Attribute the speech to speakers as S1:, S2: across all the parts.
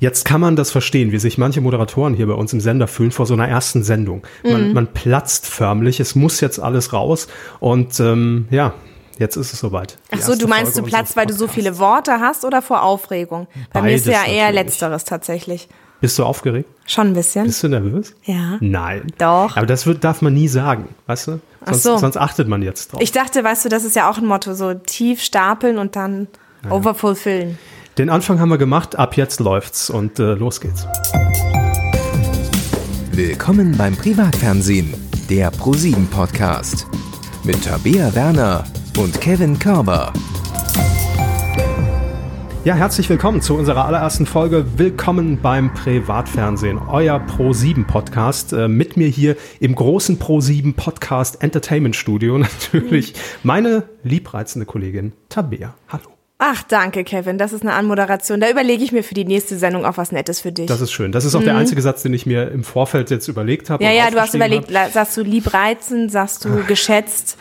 S1: Jetzt kann man das verstehen, wie sich manche Moderatoren hier bei uns im Sender fühlen vor so einer ersten Sendung.
S2: Mhm.
S1: Man, man platzt förmlich, es muss jetzt alles raus und ähm, ja, jetzt ist es soweit. Die
S2: Ach so,
S1: erste
S2: du meinst
S1: Folge
S2: du Platz,
S1: unseres
S2: weil du so
S1: Podcasts.
S2: viele Worte hast oder vor Aufregung? Bei mir ist ja
S1: Beides
S2: eher
S1: natürlich.
S2: letzteres tatsächlich.
S1: Bist du aufgeregt?
S2: Schon ein bisschen.
S1: Bist du nervös?
S2: ja.
S1: Nein.
S2: Doch.
S1: Aber das wird, darf man nie sagen, weißt du?
S2: Ach
S1: Sonst,
S2: so.
S1: sonst achtet man jetzt drauf.
S2: Ich dachte, weißt du, das ist ja auch ein Motto, so tief stapeln und dann overfulfillen.
S1: Den Anfang haben wir gemacht, ab jetzt läuft's und äh, los geht's.
S3: Willkommen beim Privatfernsehen, der ProSieben-Podcast. Mit Tabea Werner und Kevin Körber.
S1: Ja, herzlich willkommen zu unserer allerersten Folge. Willkommen beim Privatfernsehen, euer Pro7 Podcast. Äh, Mit mir hier im großen Pro7 Podcast Entertainment Studio natürlich meine liebreizende Kollegin Tabea. Hallo.
S2: Ach, danke, Kevin. Das ist eine Anmoderation. Da überlege ich mir für die nächste Sendung auch was Nettes für dich.
S1: Das ist schön. Das ist auch der einzige Satz, den ich mir im Vorfeld jetzt überlegt habe.
S2: Mhm. ja,
S1: und
S2: ja, du hast
S1: aufgeschrieben ne?
S2: überlegt,
S1: habe.
S2: la- sagst du lieb reizen, sagst du geschätzt.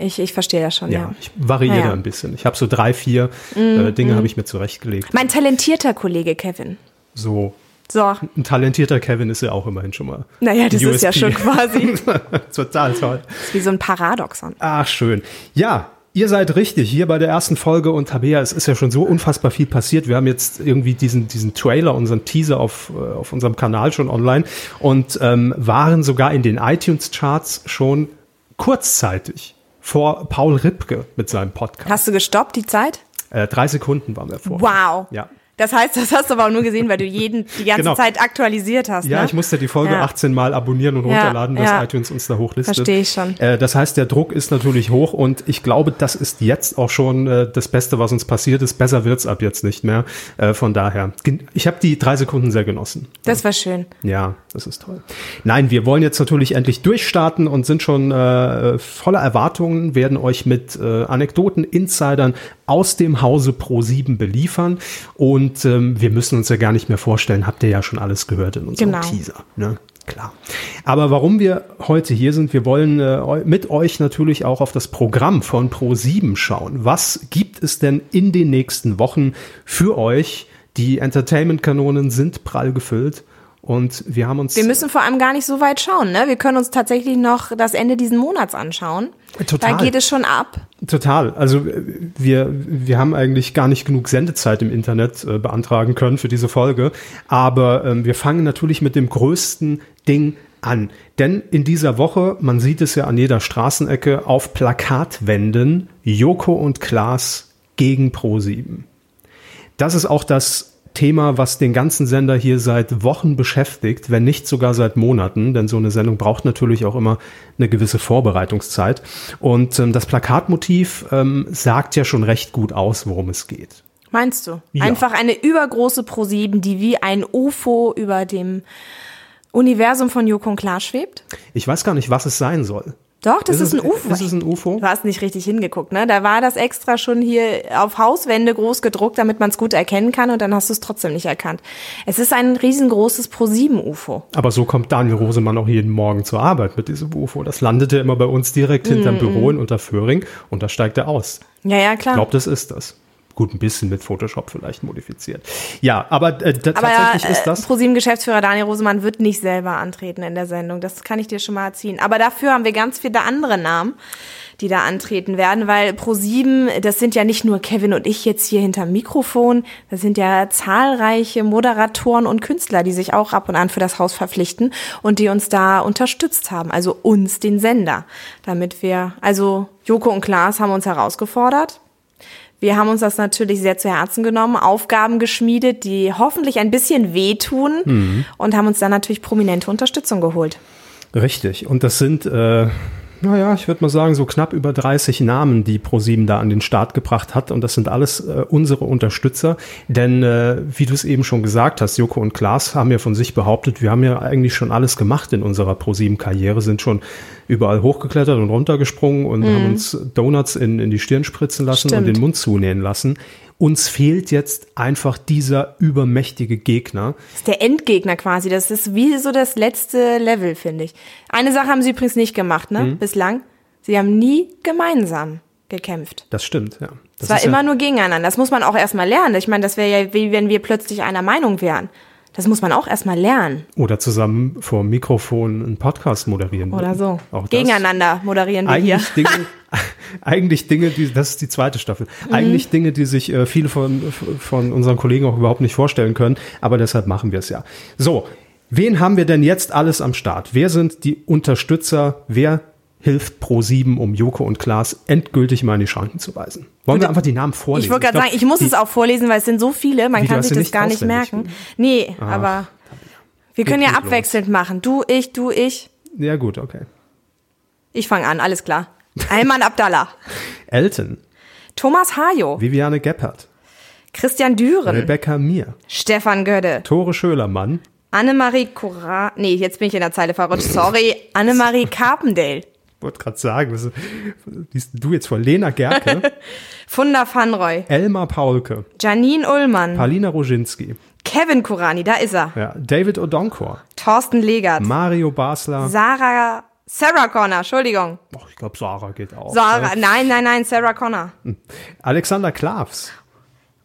S2: Ich, ich verstehe das schon, ja.
S1: Ja, ich variiere
S2: Ja, ja.
S1: ein bisschen. Ich habe so drei, vier äh, Dinge habe ich mir zurechtgelegt.
S2: Mein talentierter Kollege Kevin.
S1: So.
S2: So,
S1: Ein talentierter Kevin ist ja auch immerhin schon mal.
S2: naja, das ist ja
S1: USP.
S2: schon quasi
S1: Total toll.
S2: ist wie so ein Paradoxon.
S1: Ach, schön. Ja, ihr seid richtig hier bei der ersten Folge und Tabea, es ist ja schon so unfassbar viel passiert. Wir haben jetzt irgendwie diesen, diesen Trailer, unseren Teaser auf, äh, auf unserem Kanal schon online und ähm, waren sogar in den iTunes-Charts schon kurzzeitig vor Paul Ripke mit seinem Podcast.
S2: Hast du gestoppt, die Zeit?
S1: Äh, drei Sekunden waren wir vor.
S2: Wow.
S1: Ja.
S2: Das heißt, das hast du aber auch nur gesehen, weil du jeden, die ganze
S1: Genau.
S2: Zeit aktualisiert hast.
S1: Ja,
S2: ne?
S1: ich musste die Folge
S2: Ja.
S1: 18 Mal abonnieren und
S2: Ja,
S1: runterladen, dass
S2: ja.
S1: iTunes uns da hochlistet.
S2: Verstehe ich schon.
S1: Äh, das heißt, der Druck ist natürlich hoch und ich glaube, das ist jetzt auch schon äh, das Beste, was uns passiert ist. Besser wird's ab jetzt nicht mehr. Äh, von daher, gen- ich habe die drei Sekunden sehr genossen.
S2: Das war schön.
S1: Ja, das ist toll. Nein, wir wollen jetzt natürlich endlich durchstarten und sind schon äh, voller Erwartungen, werden euch mit äh, Anekdoten, Insidern aus dem Hause Pro7 beliefern. Und ähm, wir müssen uns ja gar nicht mehr vorstellen, habt ihr ja schon alles gehört in unserem
S2: Genau.
S1: Teaser. Ne? Klar. Aber warum wir heute hier sind, wir wollen äh, eu- mit euch natürlich auch auf das Programm von Pro7 schauen. Was gibt es denn in den nächsten Wochen für euch? Die Entertainment-Kanonen sind prall gefüllt. Und wir haben uns
S2: Wir müssen vor allem gar nicht so weit schauen. Ne? Wir können uns tatsächlich noch das Ende diesen Monats anschauen.
S1: Total.
S2: Da geht es schon ab.
S1: total, also äh, wir, wir haben eigentlich gar nicht genug Sendezeit im Internet äh, beantragen können für diese Folge. Aber ähm, wir fangen natürlich mit dem größten Ding an. Denn in dieser Woche, man sieht es ja an jeder Straßenecke, auf Plakatwänden Joko und Klaas gegen Pro7. Das ist auch das Thema, was den ganzen Sender hier seit Wochen beschäftigt, wenn nicht sogar seit Monaten, denn so eine Sendung braucht natürlich auch immer eine gewisse Vorbereitungszeit. Und ähm, das Plakatmotiv ähm, sagt ja schon recht gut aus, worum es geht.
S2: Meinst du?
S1: Ja.
S2: Einfach eine übergroße ProSieben, die wie ein UFO über dem Universum von Joko und Klaas schwebt?
S1: Ich weiß gar nicht, was es sein soll.
S2: Doch, das ist, ein UFO.
S1: Ist es ein UFO?
S2: du hast nicht richtig hingeguckt, ne? Da war das extra schon hier auf Hauswände groß gedruckt, damit man es gut erkennen kann und dann hast du es trotzdem nicht erkannt. Es ist ein riesengroßes ProSieben-UFO.
S1: Aber so kommt Daniel Rosemann auch jeden Morgen zur Arbeit mit diesem UFO. Das landete immer bei uns direkt
S2: Mm,
S1: hinterm Büro in Unterföhring und da steigt er aus.
S2: Ja, ja, klar.
S1: Ich glaube, das ist das. Gut, ein bisschen mit Photoshop vielleicht modifiziert. Ja, aber, äh, da-
S2: aber
S1: tatsächlich ist
S2: äh,
S1: das.
S2: ProSieben-Geschäftsführer Daniel Rosemann wird nicht selber antreten in der Sendung. Das kann ich dir schon mal erziehen. Aber dafür haben wir ganz viele andere Namen, die da antreten werden, weil ProSieben, das sind ja nicht nur Kevin und ich jetzt hier hinterm Mikrofon, das sind ja zahlreiche Moderatoren und Künstler, die sich auch ab und an für das Haus verpflichten und die uns da unterstützt haben, also uns, den Sender, damit wir, also Joko und Klaas haben uns herausgefordert. Wir haben uns das natürlich sehr zu Herzen genommen, Aufgaben geschmiedet, die hoffentlich ein bisschen wehtun
S1: Mhm.
S2: und haben uns dann natürlich prominente Unterstützung geholt.
S1: Richtig. Und das sind, äh, naja, ich würde mal sagen, so knapp über 30 Namen, die ProSieben da an den Start gebracht hat. Und das sind alles äh, unsere Unterstützer. Denn, äh, wie du es eben schon gesagt hast, Joko und Klaas haben ja von sich behauptet, wir haben ja eigentlich schon alles gemacht in unserer ProSieben-Karriere, sind schon überall hochgeklettert und runtergesprungen und haben uns Donuts in, in die Stirn spritzen lassen und
S2: Mhm. Stimmt.
S1: den Mund zunähen lassen. Uns fehlt jetzt einfach dieser übermächtige Gegner.
S2: Das ist der Endgegner quasi. Das ist wie so das letzte Level,
S1: Mhm.
S2: finde ich. Eine Sache haben sie übrigens nicht gemacht, ne? Bislang. Sie haben nie gemeinsam gekämpft.
S1: Das stimmt, ja. Das
S2: Es war
S1: ist ja-
S2: immer nur gegeneinander. Das muss man auch erstmal lernen. Ich meine, das wäre ja wie wenn wir plötzlich einer Meinung wären. Das muss man auch erstmal lernen.
S1: Oder zusammen vor dem Mikrofon einen Podcast moderieren.
S2: Oder
S1: würden.
S2: so.
S1: Mhm. Auch das.
S2: Gegeneinander moderieren wir hier.
S1: Eigentlich Dinge, eigentlich Dinge, die, das ist die zweite Staffel,
S2: Mhm.
S1: eigentlich Dinge, die sich äh, viele von, von unseren Kollegen auch überhaupt nicht vorstellen können, aber deshalb machen wir es ja. So, wen haben wir denn jetzt alles am Start? Wer sind die Unterstützer? Wer hilft Pro7, um Joko und Klaas endgültig mal in die Schranken zu weisen? Wollen wir einfach die Namen vorlesen?
S2: Ich wollte gerade
S1: glaub,
S2: sagen, ich muss
S1: die-
S2: es auch vorlesen, weil es sind so viele, man
S1: Wie, du
S2: kann
S1: hast
S2: sich
S1: sie
S2: das
S1: nicht
S2: gar nicht
S1: auswendig? Ah.
S2: merken. Nee, aber wir können
S1: Geht
S2: ja
S1: gut los.
S2: abwechselnd machen. Du, ich, du, ich.
S1: Ja gut, okay.
S2: Ich fange an, alles klar. Ayman Abdallah,
S1: Elton,
S2: Thomas Hajo,
S1: Viviane Geppert,
S2: Christian Düren,
S1: Rebecca Mir,
S2: Stefan Gödde,
S1: Tore Schölermann,
S2: Annemarie Cora. Nee, jetzt bin ich in der Zeile verrutscht. Sorry, Annemarie Carpendale,
S1: wollte gerade sagen, was, liest du jetzt vor Lena Gerke,
S2: Funda Fanroy,
S1: Elmar Paulke,
S2: Janine Ullmann,
S1: Palina Roginski,
S2: Kevin Kurani, da ist er,
S1: ja, David Odonkor,
S2: Thorsten Legert,
S1: Mario Basler,
S2: Sarah, Sarah Connor, Entschuldigung.
S1: Boah, ich glaube Sarah geht auch.
S2: Sarah,
S1: ne?
S2: nein, nein, nein, Sarah Connor.
S1: Alexander Klavs,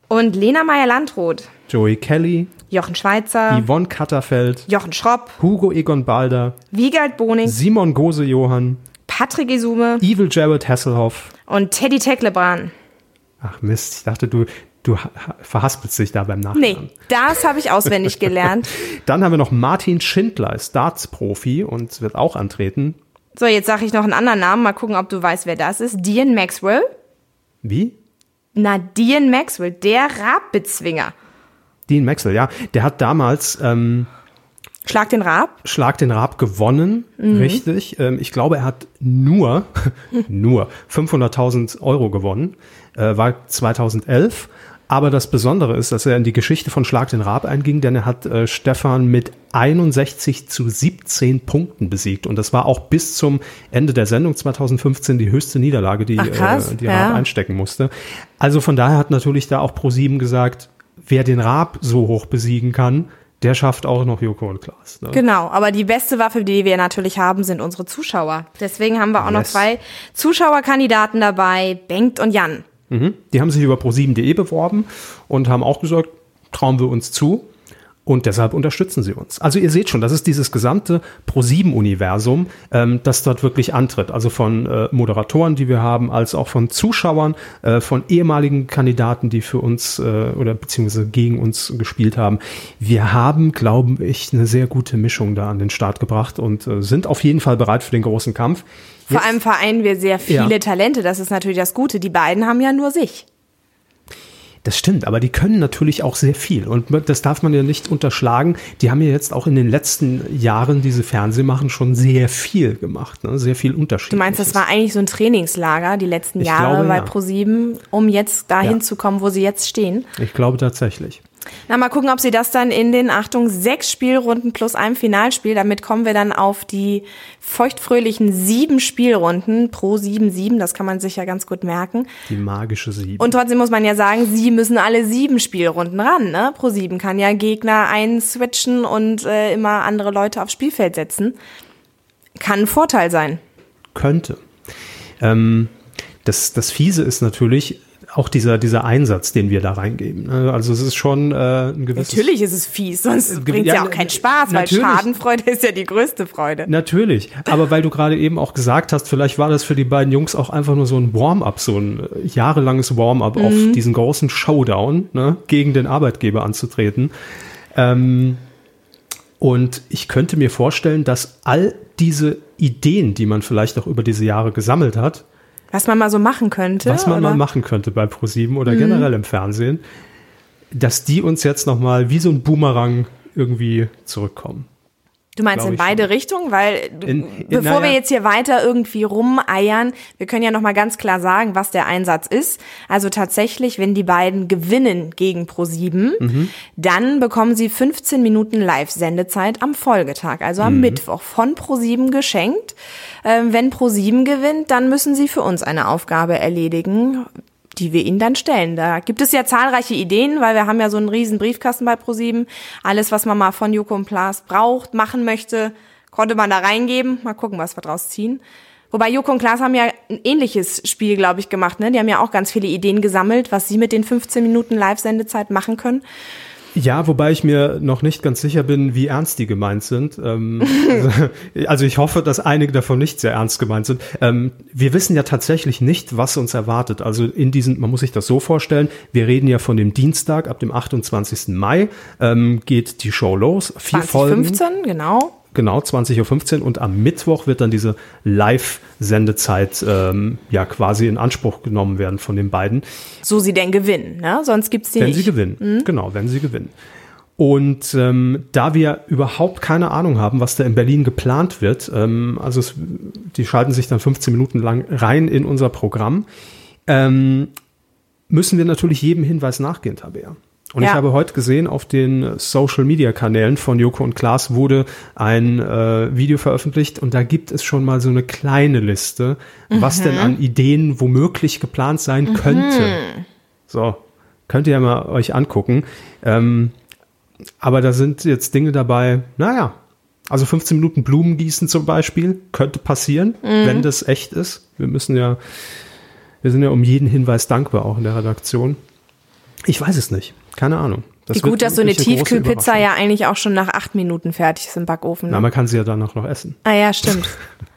S2: Und Lena Meyer-Landroth,
S1: Joey Kelly,
S2: Jochen Schweizer,
S1: Yvonne Katterfeld,
S2: Jochen Schropp,
S1: Hugo Egon Balder,
S2: Wiegald Boning,
S1: Simon Gose Johann,
S2: Patrick Isume
S1: Evil Jared Hasselhoff.
S2: und Teddy Tecklebrand.
S1: Ach Mist, ich dachte, du, du ha- ha- verhaspelst dich da beim Nachhinein.
S2: Nee, das habe ich auswendig gelernt.
S1: Dann haben wir noch Martin Schindler, ist Darts-Profi und wird auch antreten.
S2: So, jetzt sage ich noch einen anderen Namen. Mal gucken, ob du weißt, wer das ist. Dean Maxwell?
S1: Wie?
S2: Na, Dean Maxwell, der Rabbezwinger.
S1: Dean Maxwell, ja. Der hat damals ähm,
S2: Schlag den Rab.
S1: Schlag den Raab gewonnen,
S2: Mhm.
S1: richtig. Ähm, ich glaube, er hat nur, nur 500.000 Euro gewonnen, äh, war 2011. Aber das Besondere ist, dass er in die Geschichte von Schlag den Raab einging, denn er hat äh, Stefan mit 61 zu 17 Punkten besiegt. Und das war auch bis zum Ende der Sendung 2015 die höchste Niederlage, die,
S2: Ach, krass,
S1: äh, die
S2: ja.
S1: Raab einstecken musste. Also von daher hat natürlich da auch ProSieben gesagt, wer den Raab so hoch besiegen kann, der schafft auch noch Joko und Klaas. Ne?
S2: Genau, aber die beste Waffe, die wir natürlich haben, sind unsere Zuschauer. Deswegen haben wir auch noch
S1: Yes.
S2: zwei Zuschauerkandidaten dabei, Bengt und Jan.
S1: Die haben sich über pro7.de beworben und haben auch gesagt, trauen wir uns zu und deshalb unterstützen sie uns. Also ihr seht schon, das ist dieses gesamte pro7-Universum, ähm, das dort wirklich antritt. Also von äh, Moderatoren, die wir haben, als auch von Zuschauern, äh, von ehemaligen Kandidaten, die für uns äh, oder beziehungsweise gegen uns gespielt haben. Wir haben, glaube ich, eine sehr gute Mischung da an den Start gebracht und äh, sind auf jeden Fall bereit für den großen Kampf.
S2: Vor
S1: Jetzt-
S2: allem vereinen wir sehr viele
S1: Ja.
S2: Talente. Das ist natürlich das Gute. Die beiden haben ja nur sich.
S1: Das stimmt, aber die können natürlich auch sehr viel. Und das darf man ja nicht unterschlagen. Die haben ja jetzt auch in den letzten Jahren diese Fernsehmachen schon sehr viel gemacht, ne? sehr viel Unterschied.
S2: Du meinst, das war eigentlich so ein Trainingslager die letzten
S1: Ich
S2: Jahre
S1: glaube,
S2: bei
S1: ja.
S2: ProSieben, um jetzt dahin
S1: Ja.
S2: zu kommen, wo sie jetzt stehen.
S1: Ich glaube tatsächlich.
S2: Na, mal gucken, ob sie das dann in den, Achtung, sechs Spielrunden plus einem Finalspiel, damit kommen wir dann auf die feuchtfröhlichen sieben Spielrunden pro sieben, sieben, das kann man sich ja ganz gut merken.
S1: Die magische Sieben.
S2: Und trotzdem muss man ja sagen, sie müssen alle sieben Spielrunden ran, ne? Pro sieben kann ja Gegner einswitchen und äh, immer andere Leute aufs Spielfeld setzen. Kann ein Vorteil sein.
S1: könnte. Ähm, das, das Fiese ist natürlich auch dieser, dieser Einsatz, den wir da reingeben. ne? Also es ist schon äh, ein gewisses...
S2: Natürlich ist es fies, sonst bringt es
S1: ja,
S2: ja auch keinen Spaß, weil
S1: natürlich.
S2: Schadenfreude ist ja die größte Freude.
S1: Natürlich, aber weil du gerade eben auch gesagt hast, vielleicht war das für die beiden Jungs auch einfach nur so ein Warm-up, so ein äh, jahrelanges Warm-up auf diesen großen Showdown ne, gegen den Arbeitgeber anzutreten. Ähm, und ich könnte mir vorstellen, dass all diese Ideen, die man vielleicht auch über diese Jahre gesammelt hat,
S2: Was man mal so machen könnte.
S1: was man
S2: oder?
S1: mal machen könnte bei ProSieben oder generell im Fernsehen, dass die uns jetzt nochmal wie so ein Boomerang irgendwie zurückkommen.
S2: Du meinst
S1: Glaub
S2: in
S1: ich schon.
S2: beide Richtungen, weil du-
S1: In- in-
S2: bevor
S1: naja.
S2: wir jetzt hier weiter irgendwie rumeiern, wir können ja noch mal ganz klar sagen, was der Einsatz ist. Also tatsächlich, wenn die beiden gewinnen gegen Pro 7,
S1: Mhm.
S2: dann bekommen sie 15 Minuten Live-Sendezeit am Folgetag, also
S1: Mhm.
S2: am Mittwoch von Pro 7 geschenkt. Ähm, wenn Pro 7 gewinnt, dann müssen sie für uns eine Aufgabe erledigen die wir ihnen dann stellen. Da gibt es ja zahlreiche Ideen, weil wir haben ja so einen riesen Briefkasten bei ProSieben. Alles, was man mal von Joko und Plas braucht, machen möchte, konnte man da reingeben. Mal gucken, was wir draus ziehen. Wobei Joko und Klaas haben ja ein ähnliches Spiel, glaube ich, gemacht. Ne? Die haben ja auch ganz viele Ideen gesammelt, was sie mit den 15 Minuten Live-Sendezeit machen können.
S1: Ja, wobei ich mir noch nicht ganz sicher bin, wie ernst die gemeint sind. Ähm, also, also ich hoffe, dass einige davon nicht sehr ernst gemeint sind. Ähm, wir wissen ja tatsächlich nicht, was uns erwartet. Also in diesen, man muss sich das so vorstellen, wir reden ja von dem Dienstag ab dem 28. Mai ähm, geht die Show los. Vier Folgen.
S2: 2015, genau.
S1: Genau, 20.15 Uhr und am Mittwoch wird dann diese Live-Sendezeit ähm, ja quasi in Anspruch genommen werden von den beiden.
S2: So sie denn gewinnen, ne? Sonst gibt's die
S1: Wenn
S2: nicht.
S1: sie gewinnen. Genau, wenn sie gewinnen. Und ähm, da wir überhaupt keine Ahnung haben, was da in Berlin geplant wird, ähm, also es, die schalten sich dann 15 Minuten lang rein in unser Programm, ähm, müssen wir natürlich jedem Hinweis nachgehen, Tabea. Und ich
S2: Ja.
S1: habe heute gesehen, auf den Social Media Kanälen von Joko und Klaas wurde ein äh, Video veröffentlicht und da gibt es schon mal so eine kleine Liste, was denn an Ideen womöglich geplant sein könnte. So, könnt ihr ja mal euch angucken. Ähm, aber da sind jetzt Dinge dabei, naja, also 15 Minuten Blumen gießen zum Beispiel, könnte passieren,
S2: Mhm.
S1: wenn das echt ist. Wir müssen ja, wir sind ja um jeden Hinweis dankbar, auch in der Redaktion. Ich weiß es nicht, keine Ahnung. Das
S2: Wie gut,
S1: wird
S2: dass so eine
S1: wirklich große
S2: Tiefkühlpizza
S1: Überraschung.
S2: ja eigentlich auch schon nach acht Minuten fertig ist im Backofen.
S1: Na,
S2: Ne?
S1: man kann sie ja danach noch essen.
S2: Ah ja, stimmt.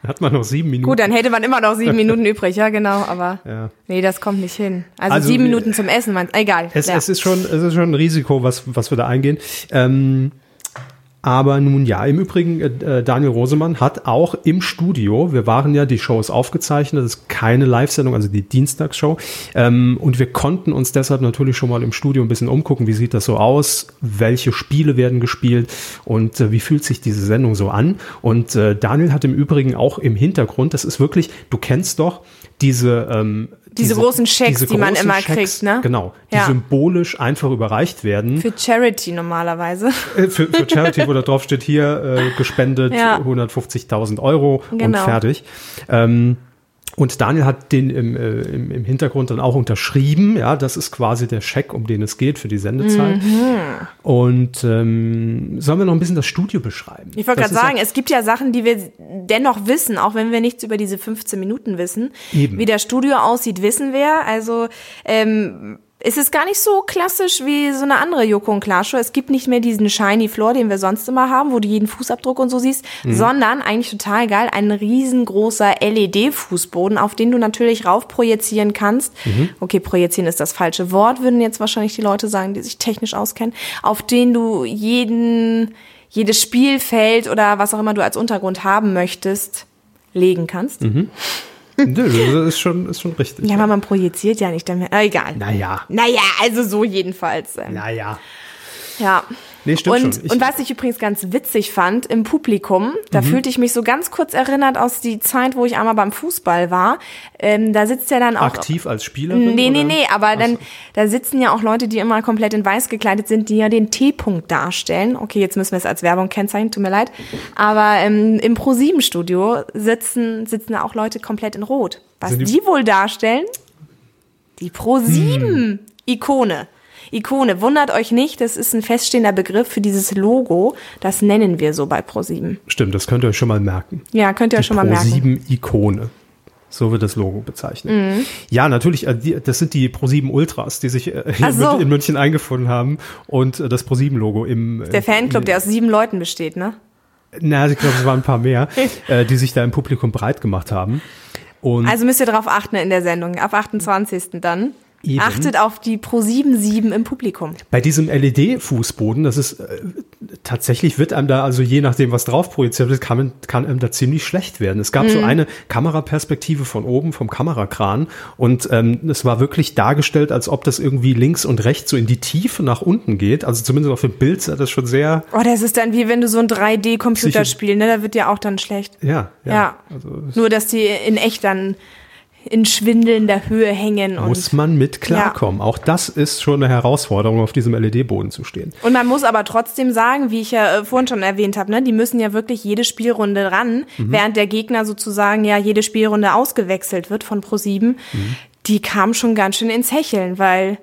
S1: Hat man noch sieben Minuten.
S2: Gut, dann hätte man immer noch sieben Minuten übrig, ja genau, aber nee, das kommt nicht hin. Also,
S1: Also,
S2: sieben
S1: äh,
S2: Minuten zum Essen, man, egal.
S1: Es,
S2: ja.
S1: es, ist schon, es ist schon ein Risiko, was, was wir da eingehen. Ähm, aber nun ja, im Übrigen, äh, äh, Daniel Rosemann hat auch im Studio, wir waren ja, die Show ist aufgezeichnet, das ist keine Live-Sendung, also die Dienstagsshow. Ähm, und wir konnten uns deshalb natürlich schon mal im Studio ein bisschen umgucken, wie sieht das so aus, welche Spiele werden gespielt und äh, wie fühlt sich diese Sendung so an. Und äh, Daniel hat im Übrigen auch im Hintergrund, das ist wirklich, du kennst doch diese... Ähm,
S2: Diese großen Schecks, die man immer kriegt, ne?
S1: Genau, die
S2: Ja.
S1: symbolisch einfach überreicht werden.
S2: Für Charity normalerweise.
S1: Äh, für, für Charity, wo da drauf steht, hier äh, gespendet
S2: Ja.
S1: 150.000 Euro und
S2: Genau.
S1: fertig. Ähm, und Daniel hat den im, äh, im, im Hintergrund dann auch unterschrieben. Ja, das ist quasi der Scheck, um den es geht für die Sendezeit.
S2: Mhm.
S1: Und ähm, sollen wir noch ein bisschen das Studio beschreiben?
S2: Ich wollte
S1: Das
S2: gerade
S1: ist ja-
S2: sagen, es gibt ja Sachen, die wir dennoch wissen, auch wenn wir nichts über diese 15 Minuten wissen.
S1: Eben.
S2: Wie das Studio aussieht, wissen wir. Also ähm, es ist gar nicht so klassisch wie so eine andere Joko und Klaas-Show. Es gibt nicht mehr diesen shiny Floor, den wir sonst immer haben, wo du jeden Fußabdruck und so siehst, sondern eigentlich total geil, ein riesengroßer LED-Fußboden, auf den du natürlich raufprojizieren kannst. Okay, projizieren ist das falsche Wort, würden jetzt wahrscheinlich die Leute sagen, die sich technisch auskennen, auf den du jeden jedes Spielfeld oder was auch immer du als Untergrund haben möchtest, legen kannst.
S1: Nö, das ist schon, ist schon richtig.
S2: Ja, aber man projiziert ja nicht damit. Ah, egal.
S1: Naja,
S2: Naja, also so jedenfalls. ähm,
S1: naja.
S2: Ja.
S1: Nee, stimmt
S2: und,
S1: schon. Ich- Mhm.
S2: und was ich übrigens ganz witzig fand im Publikum, da fühlte ich mich so ganz kurz erinnert aus die Zeit, wo ich einmal beim Fußball war. Ähm, da sitzt ja dann auch.
S1: Aktiv als Spielerin?
S2: Nee, nee,
S1: oder?
S2: nee, aber dann, da sitzen ja auch Leute, die immer komplett in weiß gekleidet sind, die ja den T-Punkt darstellen. Okay, jetzt müssen wir es als Werbung kennzeichnen, tut mir leid. Aber ähm, im Pro7-Studio sitzen, sitzen da auch Leute komplett in Rot. Was
S1: Sind
S2: die,
S1: die-
S2: wohl darstellen? Die Pro7-Ikone. Ikone, wundert euch nicht, das ist ein feststehender Begriff für dieses Logo. Das nennen wir so bei Pro7.
S1: Stimmt, das könnt ihr euch schon mal merken.
S2: Ja, könnt ihr
S1: die
S2: euch schon mal merken.
S1: Pro7-Ikone. So wird das Logo bezeichnet.
S2: Mhm.
S1: Ja, natürlich, äh, die- das sind die Pro7 Ultras, die sich äh, hier
S2: Ach so.
S1: in München eingefunden haben und äh, das Pro7 Logo im äh,
S2: Der Fanclub, der aus sieben Leuten besteht, ne?
S1: na, ich glaube, es waren ein paar mehr, äh, die sich da im Publikum breit gemacht haben. Und
S2: Also müsst ihr darauf achten in der Sendung, ab 28. dann.
S1: Eben.
S2: Achtet auf die Pro 77 im Publikum.
S1: bei diesem LED-Fußboden, das ist äh, tatsächlich wird einem da, also je nachdem, was drauf projiziert wird, kann, man, kann einem da ziemlich schlecht werden. Es gab so
S2: Mhm.
S1: eine Kameraperspektive von oben vom Kamerakran und ähm, es war wirklich dargestellt, als ob das irgendwie links und rechts so in die Tiefe nach unten geht. Also zumindest auf dem Bild sah das schon sehr,
S2: Oh, das ist dann wie wenn du so ein 3D-Computerspiel, ne? Da wird ja auch dann schlecht.
S1: ja, ja. Also
S2: Ja. Nur, dass die in echt dann in schwindelnder Höhe hängen und.
S1: Muss man mit klarkommen. Auch das ist schon eine Herausforderung, auf diesem LED-Boden zu stehen.
S2: Und man muss aber trotzdem sagen, wie ich ja äh, vorhin schon erwähnt habe, ne, die müssen ja wirklich jede Spielrunde ran,
S1: Mhm.
S2: während der Gegner sozusagen ja jede Spielrunde
S1: Mhm.
S2: ausgewechselt wird von Pro7. Die kamen schon ganz schön ins Hecheln, weil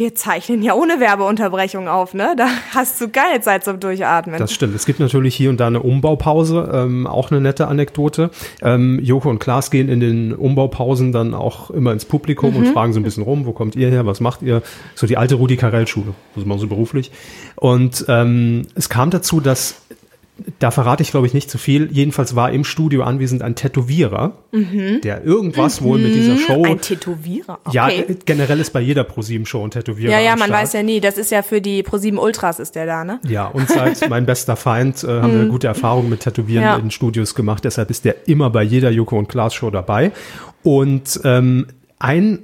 S2: wir zeichnen ja ohne Werbeunterbrechung auf, ne? Da hast du geile Zeit zum Durchatmen.
S1: Das stimmt. Es gibt natürlich hier und da eine Umbaupause, ähm, auch eine nette Anekdote. Ähm, Joko und Klaas gehen in den Umbaupausen dann auch immer ins Publikum
S2: Mhm.
S1: und fragen so ein bisschen rum, wo kommt ihr her, was macht ihr? So die alte Rudi Carell-Schule, das machen sie beruflich. Und ähm, es kam dazu, dass da verrate ich, glaube ich, nicht zu viel. Jedenfalls war im Studio anwesend ein Tätowierer, der irgendwas wohl mit dieser Show.
S2: Mhm. Ein Tätowierer. Okay.
S1: ja, äh, generell ist bei jeder ProSieben-Show ein Tätowierer.
S2: ja, ja,
S1: am
S2: man
S1: Start.
S2: weiß ja nie. Das ist ja für die ProSieben Ultras ist der da, ne?
S1: Ja, und seit Mein bester Feind äh, haben wir gute Erfahrungen mit Tätowieren
S2: Hm. Ja.
S1: in Studios gemacht. Deshalb ist der immer bei jeder Joko und Klaas Show dabei. Und ähm, ein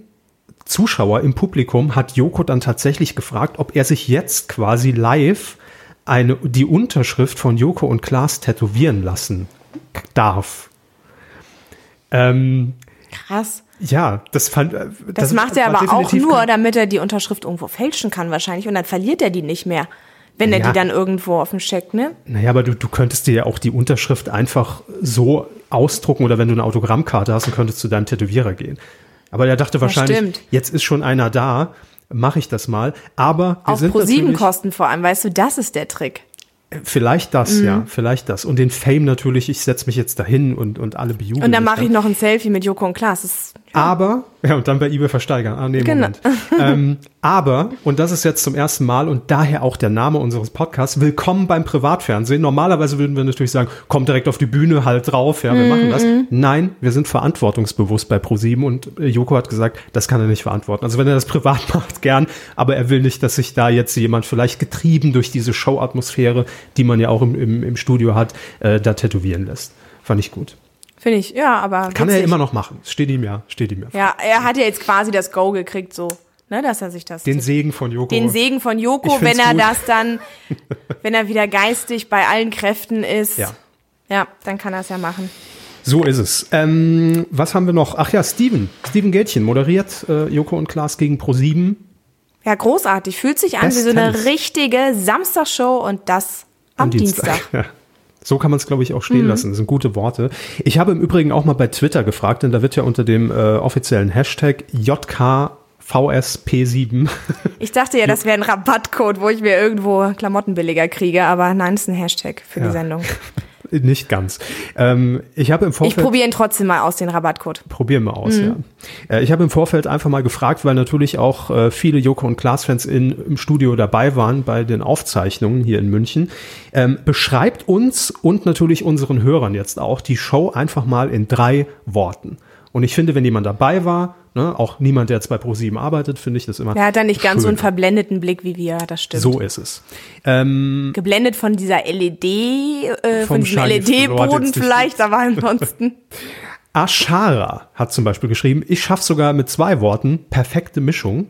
S1: Zuschauer im Publikum hat Joko dann tatsächlich gefragt, ob er sich jetzt quasi live eine, die Unterschrift von Joko und Klaas tätowieren lassen darf. Ähm,
S2: Krass.
S1: ja, das fand. äh,
S2: Das, macht er
S1: war
S2: aber auch
S1: definitiv
S2: nur, damit er die Unterschrift irgendwo fälschen kann wahrscheinlich und dann verliert er die nicht mehr, wenn er
S1: Ja.
S2: die dann irgendwo auf dem Scheck, ne?
S1: Naja, aber du, du könntest dir ja auch die Unterschrift einfach so ausdrucken oder wenn du eine Autogrammkarte hast, dann könntest du zu deinem Tätowierer gehen. Aber der dachte wahrscheinlich,
S2: stimmt.
S1: jetzt ist schon einer da, mache ich das mal. Aber wir
S2: Auf
S1: sind natürlich,
S2: ProSieben-Kosten vor allem, weißt du, das ist der Trick.
S1: vielleicht das,
S2: Mhm.
S1: ja, vielleicht das. Und den Fame natürlich, ich setze mich jetzt dahin und, und alle bejubeln.
S2: Und dann
S1: mich
S2: mache ich noch ein Selfie mit Joko und Klaas. Das ist
S1: Aber, ja, und dann bei eBay versteigern. Ah, nee,
S2: Genau.
S1: Moment. ähm, aber, und das ist jetzt zum ersten Mal und daher auch der Name unseres Podcasts, Willkommen beim Privatfernsehen. Normalerweise würden wir natürlich sagen, kommt direkt auf die Bühne, halt drauf, ja, wir machen das.
S2: Mhm.
S1: Nein, wir sind verantwortungsbewusst bei ProSieben und äh, Joko hat gesagt, das kann er nicht verantworten. Also wenn er das privat macht, gern, aber er will nicht, dass sich da jetzt jemand vielleicht getrieben durch diese Show-Atmosphäre, die man ja auch im, im, im Studio hat, äh, da tätowieren lässt. Fand ich gut.
S2: finde ich, ja, aber
S1: Kann er
S2: witzig.
S1: ja immer noch machen. Steht ihm ja, steht ihm ja.
S2: Ja, er hat ja jetzt quasi das Go gekriegt, so, ne, dass er sich das.
S1: Den Segen von Joko.
S2: den Segen von
S1: Ich
S2: Joko,
S1: find's
S2: wenn er
S1: gut.
S2: das dann, wenn er wieder geistig bei allen Kräften ist.
S1: Ja.
S2: Ja, dann kann er es ja machen.
S1: So ist es. Ähm, was haben wir noch? Ach ja, Steven. Steven Gätchen moderiert äh, Joko und Klaas gegen Pro7.
S2: Ja, großartig. Fühlt sich an wie so eine
S1: Bestens.
S2: richtige Samstagshow und das am Dienstag. Mhm.
S1: Ja. So kann man es, glaube ich, auch stehen lassen. Das sind gute Worte. Ich habe im Übrigen auch mal bei Twitter gefragt, denn da wird ja unter dem äh, offiziellen Hashtag JKVSP7
S2: Ich dachte ja, das wäre ein Rabattcode, wo ich mir irgendwo Klamotten billiger kriege, aber nein, ist ein Hashtag für die
S1: Ja.
S2: Sendung.
S1: nicht ganz. Ähm, ich habe im
S2: Ich
S1: Vorfeld
S2: probiere ihn trotzdem mal aus, den Rabattcode.
S1: Probieren wir aus,
S2: Mhm.
S1: ja. Äh, Ich habe im Vorfeld einfach mal gefragt, weil natürlich auch äh, viele Joko und Klaas-Fans in- im Studio dabei waren bei den Aufzeichnungen hier in München. Ähm, beschreibt uns und natürlich unseren Hörern jetzt auch die Show einfach mal in drei Worten. Und ich finde, wenn jemand dabei war, ne, auch niemand, der jetzt bei ProSieben arbeitet, finde ich das immer.
S2: Er hat da nicht ganz so
S1: schön.
S2: einen verblendeten Blick wie wir, das stimmt.
S1: So ist es.
S2: Geblendet von dieser LED,
S1: Vom
S2: äh, von diesem
S1: Shiny Floor,
S2: LED-Boden
S1: jetzt nicht.
S2: vielleicht, aber ansonsten.
S1: Ashara hat zum Beispiel geschrieben, ich schaffe sogar mit zwei Worten perfekte Mischung.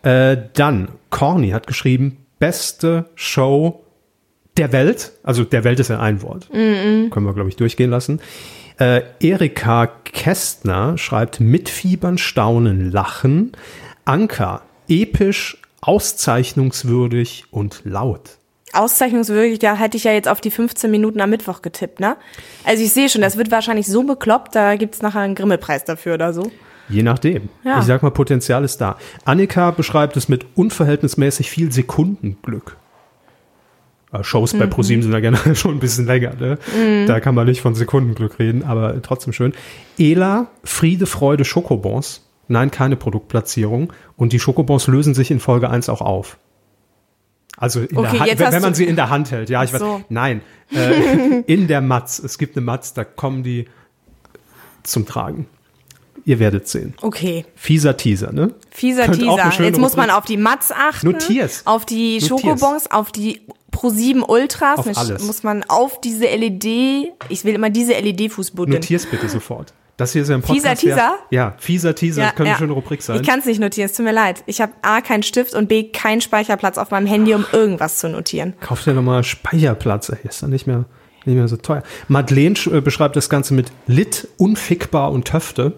S1: Äh, dann, Corny hat geschrieben, beste Show der Welt. Also der Welt ist ja ein Wort. Können wir, glaube ich, durchgehen lassen. Äh, Erika Kästner schreibt, mitfiebern, staunen, lachen. Anka, episch, auszeichnungswürdig und laut.
S2: Auszeichnungswürdig, da hätte ich ja jetzt auf die 15 Minuten am Mittwoch getippt, ne? Also ich sehe schon, das wird wahrscheinlich so bekloppt, da gibt's nachher einen Grimme-Preis dafür oder so.
S1: Je nachdem.
S2: Ja.
S1: Ich sag mal, Potenzial ist da. Annika beschreibt es mit unverhältnismäßig viel Sekundenglück. Äh, Shows
S2: Mhm.
S1: bei ProSieben sind ja generell schon ein bisschen länger. Ne? Da kann man nicht von Sekundenglück reden, aber trotzdem schön. Ela, Friede, Freude, Schokobons. Nein, keine Produktplatzierung. Und die Schokobons lösen sich in Folge 1 auch auf. Also in
S2: Okay,
S1: der Hand,
S2: jetzt
S1: wenn,
S2: hast
S1: wenn man
S2: du-
S1: sie in der Hand hält. Ja, ich
S2: Ach so.
S1: weiß. Nein, äh, in der Matz. Es gibt eine Matz, da kommen die zum Tragen. Ihr werdet sehen.
S2: Okay,
S1: Fieser Teaser, ne?
S2: fieser
S1: Könnte auch eine
S2: Teaser.
S1: schöne
S2: Jetzt muss man
S1: Rubrik-
S2: auf die Mats achten,
S1: Notier's.
S2: auf die
S1: Notier's.
S2: Schokobons, auf die Pro 7 Ultras,
S1: Auf
S2: Mensch,
S1: alles.
S2: muss man auf diese LED, ich will immer diese E LED-Fußboden.
S1: Notier's bitte sofort. Das hier ist ja ein
S2: Fieser
S1: Podcast. wer-
S2: Teaser?
S1: Ja, fieser Teaser,
S2: Ja,
S1: könnte
S2: ja.
S1: schon eine Rubrik sein.
S2: Ich kann es nicht notieren, es tut mir leid. Ich habe A, keinen Stift und B, keinen Speicherplatz auf meinem Handy, um irgendwas zu notieren.
S1: Kauf dir nochmal Speicherplatz, ey, ist dann nicht mehr, nicht mehr so teuer. Madeleine sch- äh, beschreibt das Ganze mit Lit, unfickbar und Töfte.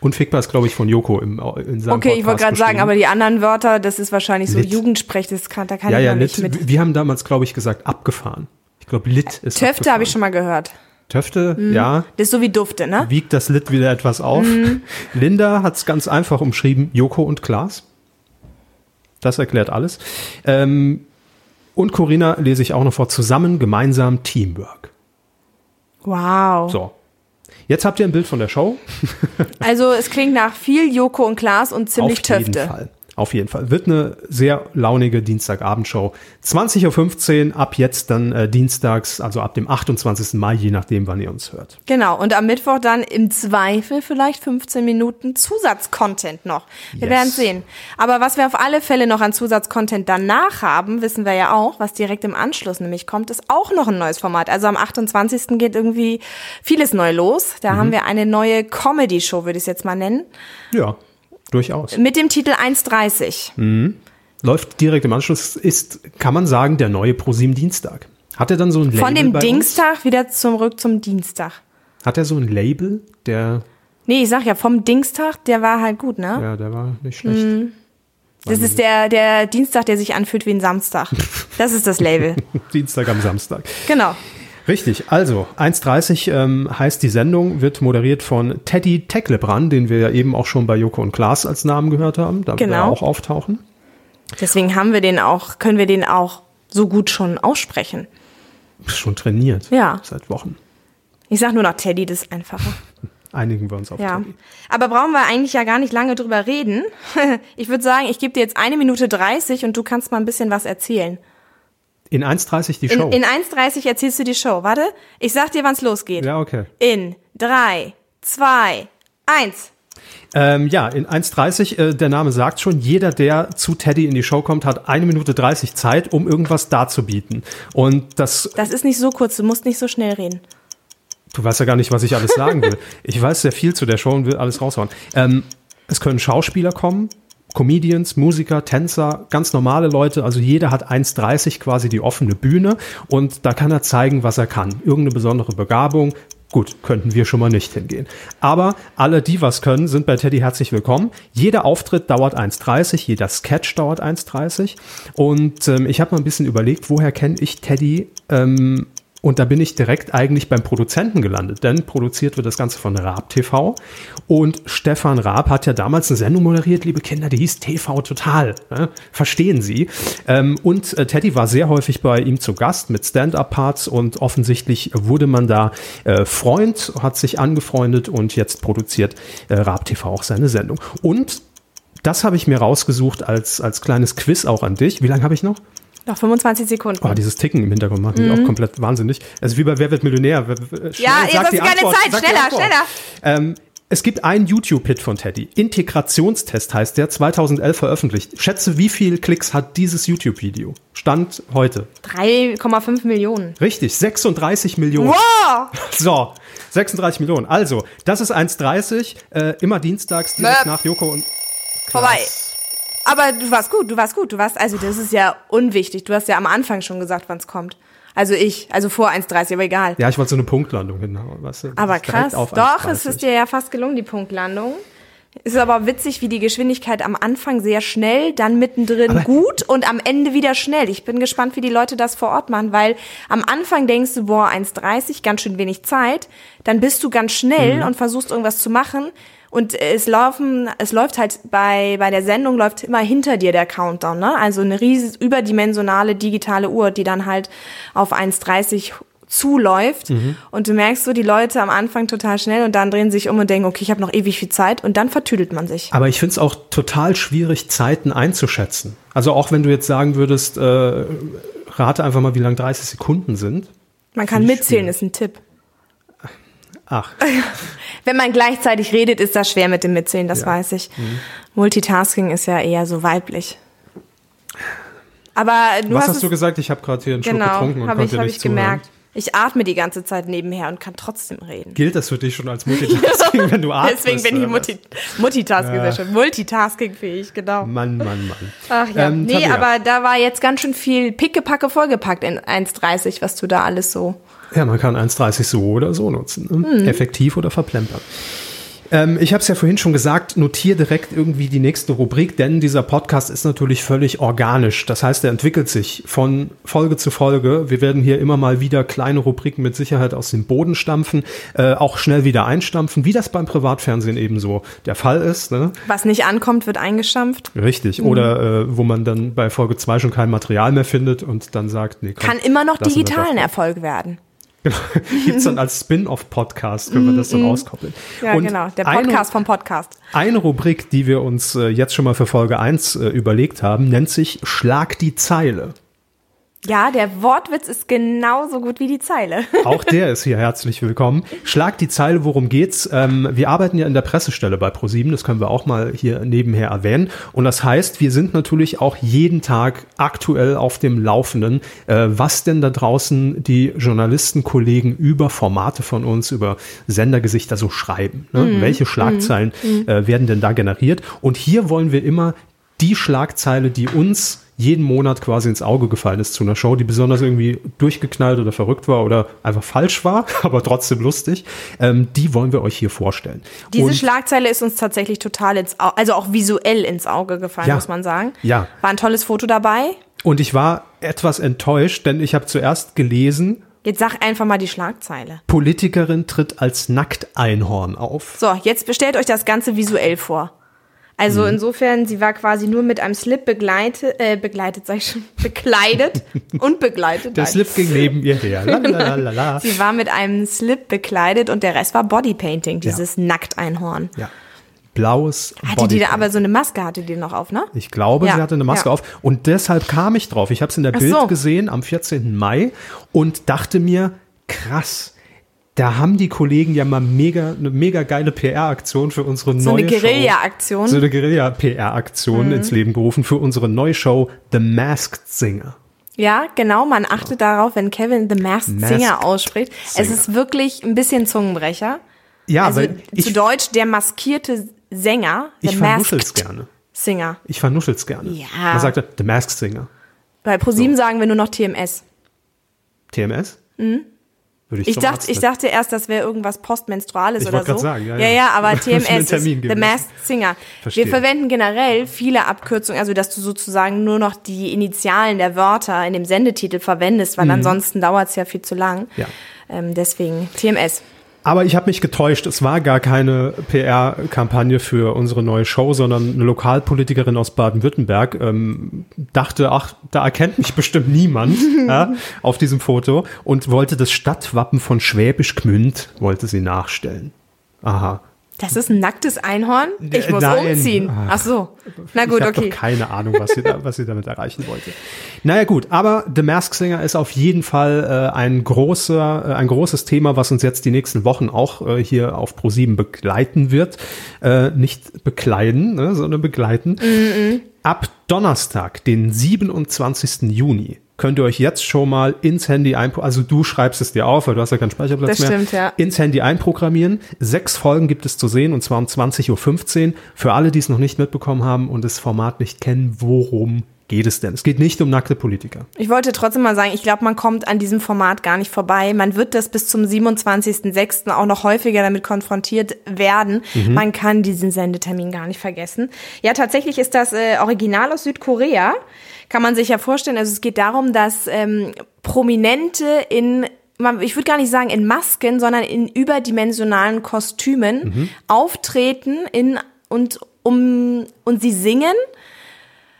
S1: Unfickbar ist, glaube ich, von Joko im, äh, in seinem
S2: Okay, ich wollte
S1: Podcast
S2: gerade sagen,
S1: beschrieben.
S2: aber die anderen Wörter, das ist wahrscheinlich so
S1: Lit.
S2: Jugendsprech, das kann, da kann
S1: Ja,
S2: ich
S1: ja,
S2: noch nicht
S1: Lit.
S2: mit.
S1: Wir haben damals, glaube ich, gesagt, abgefahren. Ich glaube, Lit ist
S2: Töfte habe
S1: abgefahren.
S2: ich schon Mhm. mal gehört.
S1: Töfte, ja,
S2: Das ist so wie Dufte, ne?
S1: wiegt das Lid wieder etwas auf.
S2: Mhm.
S1: Linda hat es ganz einfach umschrieben, Joko und Klaas. Das erklärt alles. Ähm, und Corinna lese ich auch noch vor, zusammen, gemeinsam, Teamwork.
S2: Wow.
S1: So. Jetzt habt ihr ein Bild von der Show.
S2: Also es klingt nach viel Joko und Klaas und ziemlich
S1: Auf
S2: Töfte.
S1: jeden Fall. Auf jeden Fall. Wird eine sehr launige Dienstagabendshow. 20.15 Uhr, ab jetzt dann äh, dienstags, also ab dem 28. Mai, je nachdem, wann ihr uns hört.
S2: Genau, und am Mittwoch dann im Zweifel vielleicht 15 Minuten Zusatzcontent noch. Wir
S1: Yes.
S2: werden sehen. Aber was wir auf alle Fälle noch an Zusatzcontent danach haben, wissen wir ja auch, was direkt im Anschluss nämlich kommt, ist auch noch ein neues Format. Also am 28. geht irgendwie vieles neu los.
S1: Mhm.
S2: Da haben wir eine neue Comedy-Show, würde ich es jetzt mal nennen,
S1: Ja, durchaus.
S2: mit dem Titel 1.30.
S1: Läuft direkt im Anschluss, ist, kann man sagen, der neue ProSieben-Dienstag. Hat er dann so ein Label?
S2: Von dem
S1: bei
S2: Dingstag wieder zurück zum Dienstag.
S1: Uns? Hat er so ein Label? Der,
S2: Nee, ich sag ja, vom Dingstag, der war halt gut, ne?
S1: ja, der war nicht schlecht.
S2: Mhm. Das ist der, der Dienstag, der sich anfühlt wie ein Samstag. Das ist das Label.
S1: Dienstag am Samstag.
S2: Genau.
S1: Richtig, also 1.30 ähm, heißt die Sendung, wird moderiert von Teddy Tecklebrand, den wir ja eben auch schon bei Joko und Klaas als Namen gehört haben. Da wird er
S2: Genau.
S1: auch auftauchen.
S2: Deswegen haben wir den auch, können wir den auch so gut schon aussprechen.
S1: Schon trainiert.
S2: Ja.
S1: Seit Wochen.
S2: Ich sag nur noch Teddy, das ist einfacher.
S1: Einigen wir uns auf
S2: Ja.
S1: Teddy.
S2: Aber brauchen wir eigentlich ja gar nicht lange drüber reden. Ich würde sagen, ich gebe dir jetzt eine Minute 30 und du kannst mal ein bisschen was erzählen.
S1: In 1.30 die
S2: In,
S1: Show.
S2: in 1.30 erzählst du die Show. Warte, ich sag dir, wann's losgeht.
S1: ja, okay.
S2: In 3, 2, 1.
S1: Ähm, ja, in 1.30, äh, der Name sagt schon, jeder, der zu Teddy in die Show kommt, hat eine Minute 30 Zeit, um irgendwas darzubieten. Und das,
S2: Das ist nicht so kurz, du musst nicht so schnell reden.
S1: du weißt ja gar nicht, was ich alles sagen will. Ich weiß sehr viel zu der Show und will alles raushauen. Ähm, es können Schauspieler kommen, Comedians, Musiker, Tänzer, ganz normale Leute. Also jeder hat 1,30 quasi die offene Bühne und da kann er zeigen, was er kann. Irgendeine besondere Begabung. Gut, könnten wir schon mal nicht hingehen. Aber alle, die was können, sind bei Teddy herzlich willkommen. Jeder Auftritt dauert 1,30, jeder Sketch dauert 1,30. Und ähm, ich habe mal ein bisschen überlegt, woher kenne ich Teddy und da bin ich direkt eigentlich beim Produzenten gelandet, denn produziert wird das Ganze von Raab TV. Und Stefan Raab hat ja damals eine Sendung moderiert, liebe Kinder, die hieß TV Total. Ne? Verstehen Sie? Ähm, und äh, Teddy war sehr häufig bei ihm zu Gast mit Stand-Up-Parts und offensichtlich wurde man da äh, Freund, hat sich angefreundet und jetzt produziert äh, Raab TV auch seine Sendung. Und das habe ich mir rausgesucht als, als kleines Quiz auch an dich. Wie lange habe ich noch?
S2: Noch 25 Sekunden.
S1: Oh, dieses Ticken im Hintergrund macht mich auch komplett wahnsinnig. Also wie bei Wer wird Millionär? Wer- wer- Schnell,
S2: Mhm. Ja, jetzt
S1: sag
S2: hast
S1: die
S2: du keine
S1: Antwort,
S2: Zeit.
S1: sag die
S2: Schneller,
S1: Antwort. Ähm,
S2: schneller.
S1: Es gibt einen YouTube-Hit von Teddy. Integrationstest heißt der, 2011 veröffentlicht. Schätze, wie viel Klicks hat dieses YouTube-Video? Stand heute.
S2: 3,5 Millionen.
S1: Richtig, 36 Millionen.
S2: Wow!
S1: So, 36 Millionen. Also, das ist 1,30. Äh, immer dienstags, direkt
S2: Möp.
S1: nach Joko und...
S2: Vorbei.
S1: Klaas.
S2: Aber du warst gut, du warst gut, du warst, also das ist ja unwichtig. Du hast ja am Anfang schon gesagt, wann es kommt. Also ich, also vor 1,30, aber egal.
S1: Ja, ich wollte so eine Punktlandung hinhauen. Weißt du?
S2: aber
S1: Direkt
S2: krass.
S1: auf
S2: Doch,
S1: 1,30.
S2: es ist dir ja fast gelungen, die Punktlandung. Es ist aber witzig, wie die Geschwindigkeit am Anfang sehr schnell, dann mittendrin
S1: Aber-
S2: gut und am Ende wieder schnell. Ich bin gespannt, wie die Leute das vor Ort machen, weil am Anfang denkst du, boah, 1,30, ganz schön wenig Zeit. Dann bist du ganz schnell
S1: Mhm.
S2: und versuchst irgendwas zu machen. Und es laufen, es läuft halt bei, bei der Sendung läuft immer hinter dir der Countdown, ne? Also eine riesig überdimensionale digitale Uhr, die dann halt auf 1,30 zuläuft
S1: Mhm.
S2: und du merkst so die Leute am Anfang total schnell und dann drehen sie sich um und denken, okay, ich habe noch ewig viel Zeit und dann vertüdelt man sich.
S1: Aber ich finde es auch total schwierig, Zeiten einzuschätzen. Also auch wenn du jetzt sagen würdest, äh, rate einfach mal, wie lang 30 Sekunden sind.
S2: Man kann
S1: Finde ich
S2: mitzählen,
S1: schwierig.
S2: ist ein Tipp.
S1: Ach,
S2: Wenn man gleichzeitig redet, ist das schwer mit dem Mitzählen, das
S1: Ja. Mhm.
S2: weiß ich. Multitasking ist ja eher so weiblich. Aber du
S1: was
S2: hast,
S1: hast
S2: es,
S1: du gesagt? Ich habe gerade hier einen Schluck getrunken
S2: genau,
S1: und
S2: habe
S1: konnte
S2: ich, hab
S1: nicht
S2: ich
S1: zuhören.
S2: gemerkt. Ich atme die ganze Zeit nebenher und kann trotzdem reden.
S1: Gilt das für dich schon als Multitasking, wenn du atmest?
S2: Deswegen bin ich
S1: oder was?
S2: Multi Multitasking, sehr schön. Multitasking-fähig, genau.
S1: Mann, Mann, Mann.
S2: Ach ja,
S1: Ähm,
S2: nee,
S1: Tabea.
S2: aber da war jetzt ganz schön viel Pickepacke vollgepackt in 1,30, was du da alles so. Mhm.
S1: Ja, man kann 1,30 so oder so nutzen. Ne? Effektiv oder verplempern. Ähm, ich habe es ja vorhin schon gesagt, notiere direkt irgendwie die nächste Rubrik, denn dieser Podcast ist natürlich völlig organisch. Das heißt, er entwickelt sich von Folge zu Folge. Wir werden hier immer mal wieder kleine Rubriken mit Sicherheit aus dem Boden stampfen, äh, auch schnell wieder einstampfen, wie das beim Privatfernsehen ebenso der Fall ist. Ne?
S2: Was nicht ankommt, wird eingestampft.
S1: Richtig. Oder äh, wo man dann bei Folge 2 schon kein Material mehr findet und dann sagt, nee, komm,
S2: Kann immer noch
S1: lassen wir das.
S2: digital ein Erfolg werden.
S1: Gibt es dann als Spin-off-Podcast, können wir das dann auskoppeln.
S2: Ja, genau. Der
S1: eine-
S2: Podcast vom Podcast.
S1: Eine Rubrik, die wir uns äh, jetzt schon mal für Folge 1 äh, überlegt haben, nennt sich Schlag die Zeile.
S2: Ja, der Wortwitz ist genauso gut wie die Zeile.
S1: Auch der ist hier herzlich willkommen. Schlag die Zeile, worum geht's? Ähm, wir arbeiten ja in der Pressestelle bei ProSieben, das können wir auch mal hier nebenher erwähnen. Und das heißt, wir sind natürlich auch jeden Tag aktuell auf dem Laufenden, äh, was denn da draußen die Journalistenkollegen über Formate von uns, über Sendergesichter so schreiben. Ne? Welche Schlagzeilen äh, werden denn da generiert? Und hier wollen wir immer die Schlagzeile, die uns jeden Monat quasi ins Auge gefallen ist zu einer Show, die besonders irgendwie durchgeknallt oder verrückt war oder einfach falsch war, aber trotzdem lustig, ähm, die wollen wir euch hier vorstellen.
S2: Diese
S1: Und-
S2: Schlagzeile ist uns tatsächlich total ins Auge, also auch visuell ins Auge gefallen,
S1: Ja.
S2: muss man sagen.
S1: Ja.
S2: War ein tolles Foto dabei.
S1: Und ich war etwas enttäuscht, denn ich habe zuerst gelesen,
S2: Jetzt sag einfach mal die Schlagzeile.
S1: Politikerin tritt als Nackteinhorn auf.
S2: So, jetzt bestellt euch das Ganze visuell vor. Also
S1: Mhm.
S2: insofern, sie war quasi nur mit einem Slip begleitet, äh, begleitet, sag ich schon, bekleidet und begleitet.
S1: Der
S2: nein.
S1: Slip ging neben ihr her. Lalalala.
S2: Sie war mit einem Slip bekleidet und der Rest war Bodypainting, dieses Nackteinhorn.
S1: Ja. Blaues
S2: Hatte die da
S1: Bodypaint.
S2: aber so eine Maske, hatte die noch auf, ne?
S1: Ich glaube,
S2: Ja,
S1: sie hatte eine Maske
S2: ja.
S1: auf. Und deshalb kam ich drauf. Ich habe es in der
S2: Ach
S1: Bild
S2: so.
S1: gesehen am 14. Mai und dachte mir, krass, da haben die Kollegen ja mal mega, eine mega geile PR-Aktion für unsere
S2: So
S1: neue
S2: eine
S1: Show.
S2: Guerilla-Aktion. Mhm.
S1: So eine Guerilla-PR-Aktion ins Leben gerufen für unsere neue Show The Masked Singer.
S2: ja, genau, man achtet darauf, wenn Kevin The Masked,
S1: Masked
S2: Singer ausspricht. Es
S1: Singer.
S2: ist wirklich ein bisschen Zungenbrecher.
S1: Ja,
S2: also
S1: weil
S2: zu
S1: ich,
S2: Deutsch der maskierte Sänger, The
S1: ich vernuschel's
S2: Masked
S1: gerne.
S2: Singer.
S1: Ich vernuschel's gerne.
S2: Ja.
S1: Man sagte The Masked Singer.
S2: Bei ProSieben sagen wir nur noch TMS.
S1: TMS? Würde
S2: Mhm. Ich
S1: zum
S2: dachte,
S1: Arzt
S2: ich
S1: mit.
S2: dachte erst, das wäre irgendwas Postmenstruales
S1: Ich
S2: oder
S1: wollte grad
S2: so.
S1: sagen, ja,
S2: ja,
S1: ja.
S2: aber
S1: Das wär ein
S2: TMS ist
S1: Termin
S2: The
S1: gewesen.
S2: Masked Singer.
S1: Verstehe.
S2: Wir verwenden generell viele Abkürzungen, also dass du sozusagen nur noch die Initialen der Wörter in dem Sendetitel verwendest, weil ansonsten dauert es ja viel zu lang.
S1: Mhm. Ja.
S2: Ähm, deswegen TMS.
S1: Aber ich habe mich getäuscht. Es war gar keine PR-Kampagne für unsere neue Show, sondern eine Lokalpolitikerin aus Baden-Württemberg ähm, dachte, ach, da erkennt mich bestimmt niemand ja, auf diesem Foto und wollte das Stadtwappen von Schwäbisch Gmünd wollte sie nachstellen. Aha.
S2: Das ist ein nacktes Einhorn. Ich
S1: Äh,
S2: muss
S1: nein.
S2: umziehen.
S1: Ach.
S2: Ach so. Na gut,
S1: ich hab
S2: okay.
S1: Doch keine Ahnung, was sie, da, was sie damit erreichen wollte. Naja gut, aber The Mask Singer ist auf jeden Fall äh, ein, großer, äh, ein großes Thema, was uns jetzt die nächsten Wochen auch äh, hier auf ProSieben begleiten wird. Äh, nicht bekleiden, ne, sondern begleiten.
S2: Mm,
S1: Ab Donnerstag, den 27. Juni, könnt ihr euch jetzt schon mal ins Handy einprogrammieren. Also du schreibst es dir auf, weil du hast ja keinen Speicherplatz
S2: Das
S1: mehr.
S2: stimmt, ja.
S1: Ins Handy einprogrammieren. Sechs Folgen gibt es zu sehen und zwar um 20.15 Uhr. Für alle, die es noch nicht mitbekommen haben und das Format nicht kennen, worum geht es denn? Es geht nicht um nackte Politiker.
S2: Ich wollte trotzdem mal sagen, ich glaube, man kommt an diesem Format gar nicht vorbei. Man wird das bis zum 27.06. auch noch häufiger damit konfrontiert werden. Man kann diesen Sendetermin gar nicht vergessen. Ja, tatsächlich ist das äh, Original aus Südkorea. Kann man sich ja vorstellen. Also es geht darum, dass ähm, Prominente in man, ich würde gar nicht sagen in Masken, sondern in überdimensionalen Kostümen auftreten in und um und sie singen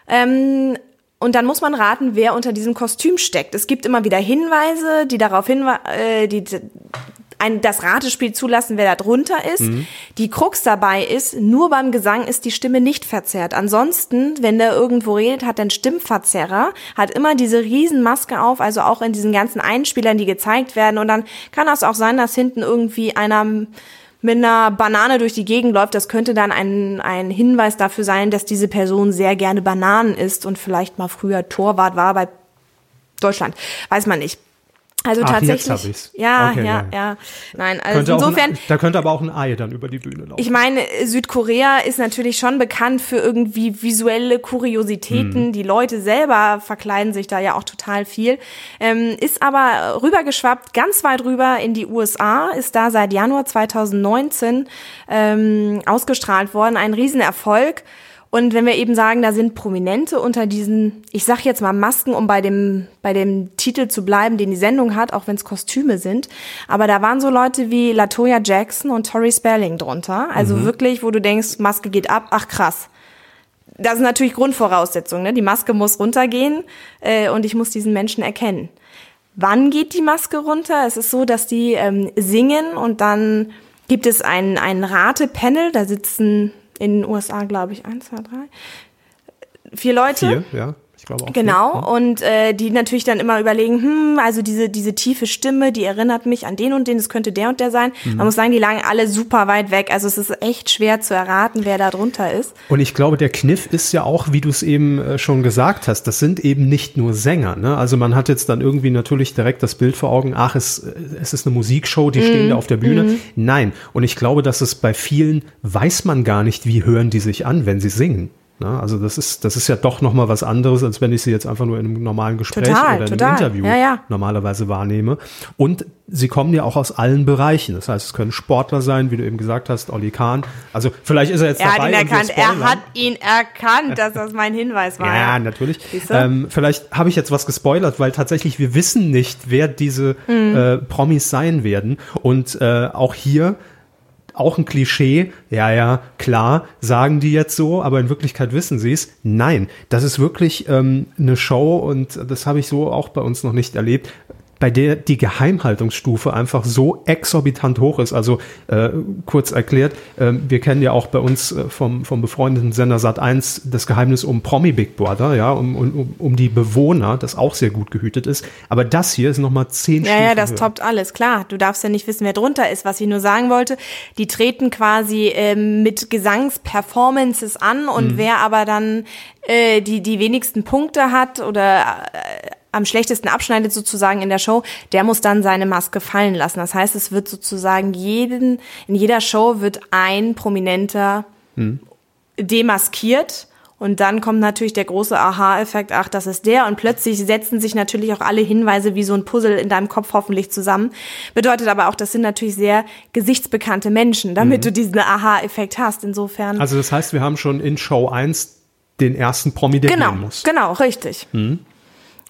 S2: Ähm, und dann muss man raten, wer unter diesem Kostüm steckt. Es gibt immer wieder Hinweise, die darauf hinweisen, äh, die die- ein, das Ratespiel zulassen, wer da drunter ist.
S1: Mhm.
S2: Die Krux dabei ist, nur beim Gesang ist die Stimme nicht verzerrt. Ansonsten, wenn der irgendwo redet, hat er einen Stimmverzerrer, hat immer diese Riesenmaske auf, also auch in diesen ganzen Einspielern, die gezeigt werden. Und dann kann das auch sein, dass hinten irgendwie einer mit einer Banane durch die Gegend läuft, das könnte dann ein, ein Hinweis dafür sein, dass diese Person sehr gerne Bananen isst und vielleicht mal früher Torwart war bei Deutschland. Weiß man nicht. Also
S1: Ach, jetzt
S2: tatsächlich.
S1: hab ich's.
S2: Ja,
S1: Okay,
S2: ja,
S1: ja.
S2: ja, Nein, also
S1: Könnte auch
S2: insofern.
S1: ein, da könnte aber auch ein Ei dann über die Bühne laufen.
S2: Ich meine, Südkorea ist natürlich schon bekannt für irgendwie visuelle
S1: Hm.
S2: Kuriositäten. Die Leute selber verkleiden sich da ja auch total viel. Ähm, ist aber rübergeschwappt, ganz weit rüber in die USA, ist da seit Januar 2019 ähm, ausgestrahlt worden. Ein Riesenerfolg. Und wenn wir eben sagen, da sind Prominente unter diesen, ich sag jetzt mal Masken, um bei dem, bei dem Titel zu bleiben, den die Sendung hat, auch wenn es Kostüme sind. Aber da waren so Leute wie Latoya Jackson und Tori Spelling drunter. Also wirklich, wo du denkst, Maske geht ab, ach krass. Das ist natürlich Grundvoraussetzung, ne? Die Maske muss runtergehen äh, und ich muss diesen Menschen erkennen. Wann geht die Maske runter? Es ist so, dass die ähm, singen und dann gibt es ein, ein Ratepanel. Da sitzen in den USA, glaube ich, eins, zwei, drei, vier Leute.
S1: Vier, ja. Ich glaube auch.
S2: Genau, und äh, die natürlich dann immer überlegen, hm, also diese, diese tiefe Stimme, die erinnert mich an den und den, das könnte der und der sein. Man muss sagen, die lagen alle super weit weg. Also es ist echt schwer zu erraten, wer da drunter ist.
S1: Und ich glaube, der Kniff ist ja auch, wie du es eben äh, schon gesagt hast, das sind eben nicht nur Sänger. Ne? Also man hat jetzt dann irgendwie natürlich direkt das Bild vor Augen, ach, es, äh, es ist eine Musikshow, die
S2: Mhm.
S1: stehen da auf der Bühne. Nein. Und ich glaube, dass es bei vielen weiß man gar nicht, wie hören die sich an, wenn sie singen. Ne? Also das ist, das ist ja doch nochmal was anderes, als wenn ich sie jetzt einfach nur in einem normalen Gespräch
S2: Total,
S1: oder in
S2: total.
S1: einem Interview
S2: Ja, ja.
S1: normalerweise wahrnehme. Und sie kommen ja auch aus allen Bereichen. Das heißt, es können Sportler sein, wie du eben gesagt hast, Olli Kahn. Also vielleicht ist er jetzt
S2: Er hat
S1: dabei
S2: ihn
S1: und wir
S2: erkannt, er
S1: spoilern.
S2: hat ihn erkannt, dass das mein Hinweis war.
S1: Ja, natürlich.
S2: Siehst du?
S1: Ähm, vielleicht habe ich jetzt was gespoilert, weil tatsächlich wir wissen nicht, wer diese
S2: Mhm.
S1: äh, Promis sein werden. Und äh, auch hier auch ein Klischee, ja, ja, klar, sagen die jetzt so, aber in Wirklichkeit wissen sie es. Nein, das ist wirklich ähm, eine Show und das habe ich so auch bei uns noch nicht erlebt, bei der die Geheimhaltungsstufe einfach so exorbitant hoch ist. Also äh, kurz erklärt, ähm, wir kennen ja auch bei uns äh, vom, vom befreundeten Sender Sat1 das Geheimnis um Promi Big Brother, ja, um, um, um- um die Bewohner, das auch sehr gut gehütet ist. Aber das hier ist nochmal zehn
S2: Ja, ja, das
S1: höher.
S2: toppt alles, klar. Du darfst ja nicht wissen, wer drunter ist. Was ich nur sagen wollte, die treten quasi ähm, mit Gesangsperformances an und
S1: Mhm.
S2: wer aber dann äh, die, die wenigsten Punkte hat oder äh, am schlechtesten abschneidet sozusagen in der Show, der muss dann seine Maske fallen lassen. Das heißt, es wird sozusagen jeden, in jeder Show wird ein prominenter demaskiert. Und dann kommt natürlich der große Aha-Effekt, ach, das ist der. Und plötzlich setzen sich natürlich auch alle Hinweise wie so ein Puzzle in deinem Kopf hoffentlich zusammen. Bedeutet aber auch, das sind natürlich sehr gesichtsbekannte Menschen, damit du diesen Aha-Effekt hast. Insofern.
S1: Mhm. Also das heißt, wir haben schon in Show 1 den ersten Promi, der
S2: genau,
S1: gehen muss.
S2: genau, richtig.
S1: Mhm.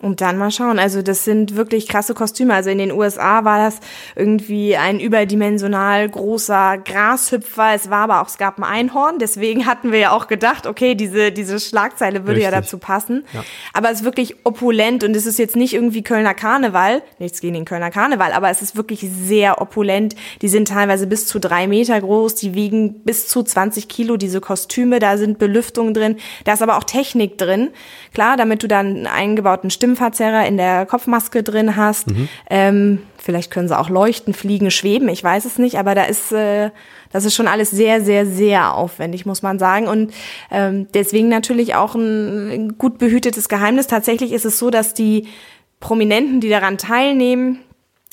S2: Und dann mal schauen. Also das sind wirklich krasse Kostüme. Also in den USA war das irgendwie ein überdimensional großer Grashüpfer. Es war aber auch, es gab ein Einhorn. Deswegen hatten wir ja auch gedacht, okay, diese, diese Schlagzeile würde ja
S1: Richtig.
S2: dazu passen.
S1: Ja.
S2: Aber es ist wirklich opulent und es ist jetzt nicht irgendwie Kölner Karneval. Nichts gegen den Kölner Karneval, aber es ist wirklich sehr opulent. Die sind teilweise bis zu drei Meter groß. Die wiegen bis zu 20 Kilo, diese Kostüme. Da sind Belüftungen drin. Da ist aber auch Technik drin. Klar, damit du dann einen eingebauten Stimmverzerrer in der Kopfmaske drin hast. Ähm, vielleicht können sie auch leuchten, fliegen, schweben. Ich weiß es nicht, aber da ist, äh, das ist schon alles sehr, sehr, sehr aufwendig, muss man sagen. Und ähm, deswegen natürlich auch ein gut behütetes Geheimnis. Tatsächlich ist es so, dass die Prominenten, die daran teilnehmen,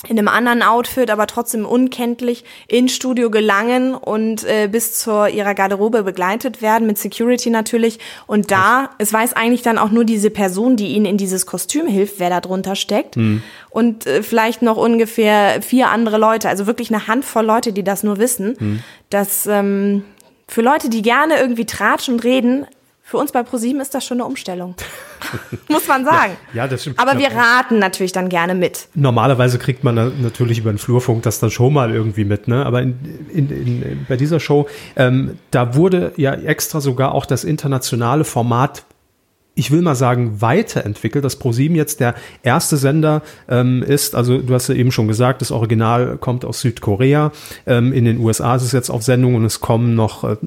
S2: in einem anderen Outfit, aber trotzdem unkenntlich ins Studio gelangen und äh, bis zur ihrer Garderobe begleitet werden, mit Security natürlich. Und da, es weiß eigentlich dann auch nur diese Person, die ihnen in dieses Kostüm hilft, wer da drunter steckt.
S1: Mhm.
S2: Und äh, vielleicht noch ungefähr vier andere Leute, also wirklich eine Handvoll Leute, die das nur wissen.
S1: Mhm.
S2: Das ähm, für Leute, die gerne irgendwie tratschen und reden, für uns bei ProSieben ist das schon eine Umstellung. Muss man sagen.
S1: Ja, das stimmt.
S2: Aber wir
S1: Ja.
S2: raten natürlich dann gerne mit.
S1: Normalerweise kriegt man na- natürlich über den Flurfunk das dann schon mal irgendwie mit, ne? Aber in, in, in, in, bei dieser Show, ähm, da wurde ja extra sogar auch das internationale Format ich will mal sagen, weiterentwickelt, dass ProSieben jetzt der erste Sender ähm, ist. Also du hast ja eben schon gesagt, das Original kommt aus Südkorea. Ähm, in den USA ist es jetzt auf Sendung und es kommen noch, äh,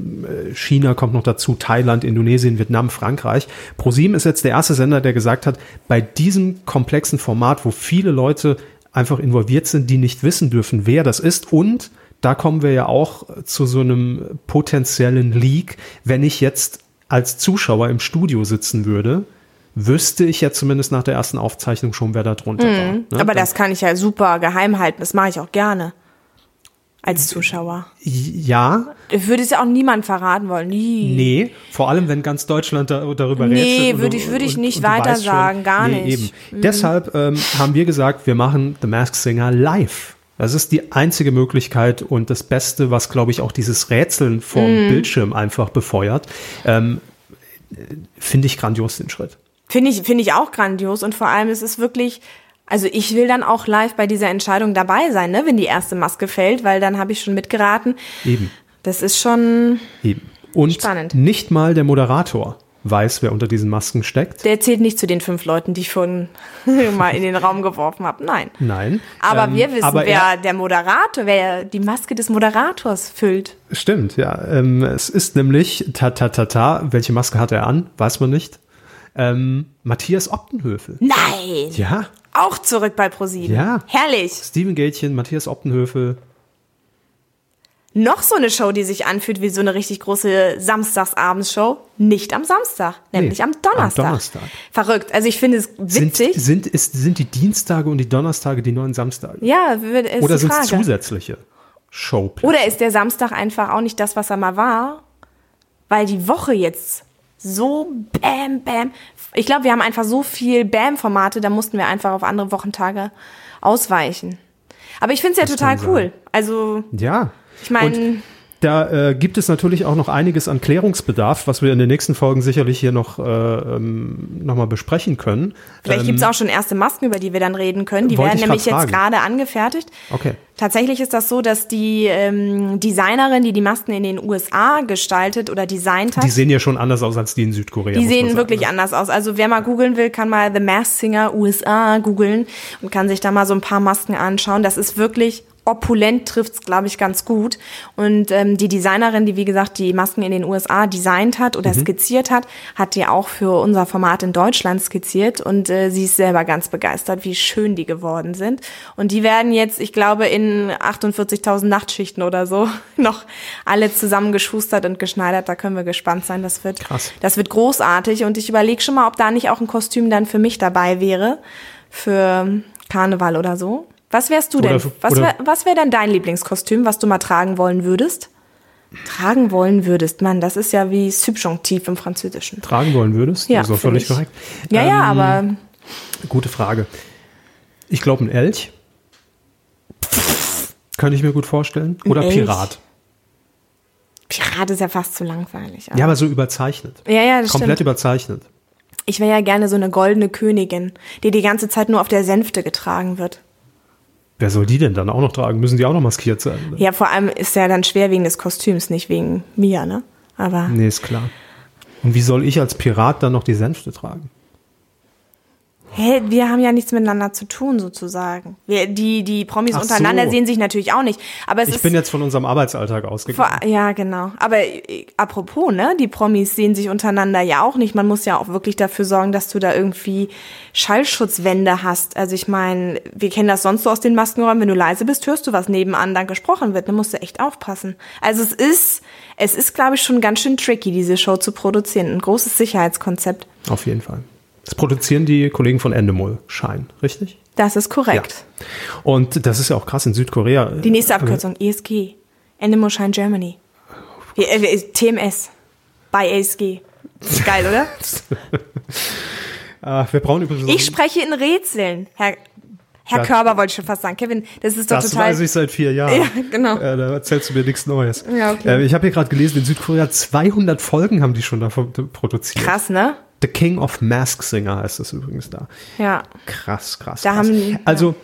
S1: China kommt noch dazu, Thailand, Indonesien, Vietnam, Frankreich. ProSieben ist jetzt der erste Sender, der gesagt hat, bei diesem komplexen Format, wo viele Leute einfach involviert sind, die nicht wissen dürfen, wer das ist und da kommen wir ja auch zu so einem potenziellen Leak, wenn ich jetzt als Zuschauer im Studio sitzen würde, wüsste ich ja zumindest nach der ersten Aufzeichnung schon, wer da drunter war. Ne?
S2: Aber
S1: Dann-
S2: das kann ich ja super geheim halten. Das mache ich auch gerne. Als Zuschauer.
S1: Ja,
S2: Ich würde es ja auch niemand verraten wollen. Nie.
S1: nee. Vor allem, wenn ganz Deutschland da, darüber
S2: Nee,
S1: rätselt. und
S2: würde
S1: du-
S2: ich- würde ich
S1: und-
S2: nicht
S1: und du
S2: weiter
S1: weißt schon-
S2: sagen, gar nicht. Mhm.
S1: Eben. Deshalb ähm, haben wir gesagt, wir machen The Masked Singer live. Das ist die einzige Möglichkeit und das Beste, was, glaube ich, auch dieses Rätseln
S2: Mhm.
S1: vom Bildschirm einfach befeuert. Ähm, äh, Finde ich grandios den Schritt.
S2: Finde ich, finde ich auch grandios. Und vor allem, es ist wirklich, also ich will dann auch live bei dieser Entscheidung dabei sein, ne, wenn die erste Maske fällt, weil dann habe ich schon mitgeraten.
S1: Eben.
S2: Das ist schon,
S1: Eben. Und
S2: Spannend.
S1: nicht mal der Moderator weiß, wer unter diesen Masken steckt.
S2: der zählt nicht zu den fünf Leuten, die ich vorhin mal in den Raum geworfen habe. Nein.
S1: Nein.
S2: Aber
S1: Ähm,
S2: wir wissen,
S1: aber
S2: wer
S1: er-
S2: der Moderator, wer die Maske des Moderators füllt.
S1: Stimmt, ja. Ähm, es ist nämlich, ta ta ta ta, welche Maske hat er an? Weiß man nicht. Ähm, Matthias Optenhöfel.
S2: Nein!
S1: Ja,
S2: Auch zurück bei ProSieben.
S1: Ja.
S2: Herrlich.
S1: Steven Gätchen, Matthias Optenhöfel.
S2: Noch so eine Show, die sich anfühlt wie so eine richtig große Samstagsabendshow. Nicht am Samstag, nämlich am Donnerstag.
S1: am Donnerstag.
S2: Verrückt. Also ich finde es
S1: Sind,
S2: witzig.
S1: sind, ist, sind die Dienstage und die Donnerstage die neuen Samstage?
S2: ja, würde- ist
S1: Oder
S2: die
S1: sind es
S2: Frage.
S1: zusätzliche Showpläne?
S2: Oder ist der Samstag einfach auch nicht das, was er mal war? Weil die Woche jetzt so bam, bam. Ich glaube, wir haben einfach so viel Bam-Formate, da mussten wir einfach auf andere Wochentage ausweichen. Aber ich finde es ja total
S1: kann
S2: cool.
S1: sein.
S2: Also,
S1: Ja.
S2: ich meine,
S1: Und da äh, gibt es natürlich auch noch einiges an Klärungsbedarf, was wir in den nächsten Folgen sicherlich hier noch, äh, ähm, noch mal besprechen können.
S2: Vielleicht gibt's auch schon erste Masken, über die wir dann reden können. Die
S1: Ähm, Wollte
S2: werden
S1: ich
S2: nämlich
S1: grad
S2: jetzt
S1: fragen.
S2: gerade angefertigt.
S1: Okay.
S2: Tatsächlich ist das so, dass die ähm, Designerin, die die Masken in den USA gestaltet oder designt hat,
S1: Die sehen ja schon anders aus als die in Südkorea.
S2: die
S1: muss man
S2: sehen
S1: sagen,
S2: wirklich
S1: ne?
S2: anders aus. Also wer mal googeln will, kann mal The Mask Singer USA googeln und kann sich da mal so ein paar Masken anschauen. Das ist wirklich opulent, trifft's glaube ich ganz gut. Und ähm, die Designerin, die wie gesagt die Masken in den USA designt hat
S1: Mhm.
S2: oder skizziert hat, hat die auch für unser Format in Deutschland skizziert und äh, sie ist selber ganz begeistert, wie schön die geworden sind. Und die werden jetzt, ich glaube, in 48.000 Nachtschichten oder so noch alle zusammengeschustert und geschneidert. Da können wir gespannt sein. Das wird
S1: Krass.
S2: das wird großartig und ich überlege schon mal, ob da nicht auch ein Kostüm dann für mich dabei wäre. Für Karneval oder so. Was wärst du
S1: Oder
S2: denn?
S1: für-
S2: Was
S1: oder-
S2: wäre was wär denn dein Lieblingskostüm, was du mal tragen wollen würdest? Tragen wollen würdest, Mann, das ist ja wie Subjunktiv im Französischen.
S1: tragen wollen würdest.
S2: Ja,
S1: ist auch
S2: finde
S1: völlig
S2: ich.
S1: korrekt.
S2: Ja,
S1: Ähm,
S2: ja, aber
S1: Gute Frage. Ich glaube, ein Elch. Könnte ich mir gut vorstellen. Oder
S2: Elch?
S1: Pirat.
S2: Pirat ist ja fast zu langweilig.
S1: Ja, aber so überzeichnet.
S2: Ja, ja, das
S1: Komplett
S2: stimmt.
S1: überzeichnet.
S2: Ich wäre ja gerne so eine goldene Königin, die die ganze Zeit nur auf der Sänfte getragen wird.
S1: Wer soll die denn dann auch noch tragen? Müssen die auch noch maskiert sein? Ne?
S2: Ja, vor allem ist ja dann schwer wegen des Kostüms, nicht wegen mir, ne? Aber
S1: Nee, ist klar. Und wie soll ich als Pirat dann noch die Sänfte tragen?
S2: Hä, wir haben ja nichts miteinander zu tun, sozusagen. Wir, die, die Promis
S1: Ach
S2: untereinander
S1: so.
S2: sehen sich natürlich auch nicht. Aber es
S1: Ich
S2: ist.
S1: bin jetzt von unserem Arbeitsalltag
S2: vor,
S1: ausgegangen.
S2: ja, genau. Aber äh, apropos, ne? Die Promis sehen sich untereinander ja auch nicht. Man muss ja auch wirklich dafür sorgen, dass du da irgendwie Schallschutzwände hast. Also ich meine, wir kennen das sonst so aus den Maskenräumen. Wenn du leise bist, hörst du, was nebenan dann gesprochen wird. Da musst du echt aufpassen. Also es ist, es ist, glaube ich, schon ganz schön tricky, diese Show zu produzieren. Ein großes Sicherheitskonzept.
S1: Auf jeden Fall. Das produzieren die Kollegen von Endemol Schein, richtig?
S2: Das ist korrekt.
S1: Und das ist ja auch krass in Südkorea.
S2: Die nächste Abkürzung, ESG. Animal Shine Germany. Ja, äh, TMS. Bei ESG. Ist Geil, oder?
S1: Äh, wir brauchen übrigens
S2: Ich spreche in Rätseln. Herr, Herr
S1: Das-
S2: Körber wollte ich schon fast sagen. Kevin, das ist doch
S1: das
S2: total.
S1: weiß ich seit vier Jahren.
S2: Ja, genau.
S1: Äh, da erzählst du mir nichts Neues.
S2: Ja, okay.
S1: äh, ich habe hier gerade gelesen, in Südkorea 200 Folgen haben die schon davon produziert.
S2: Krass, ne?
S1: The King of Mask Singer heißt es übrigens da.
S2: Ja.
S1: Krass, krass.
S2: Da
S1: krass.
S2: haben die-
S1: also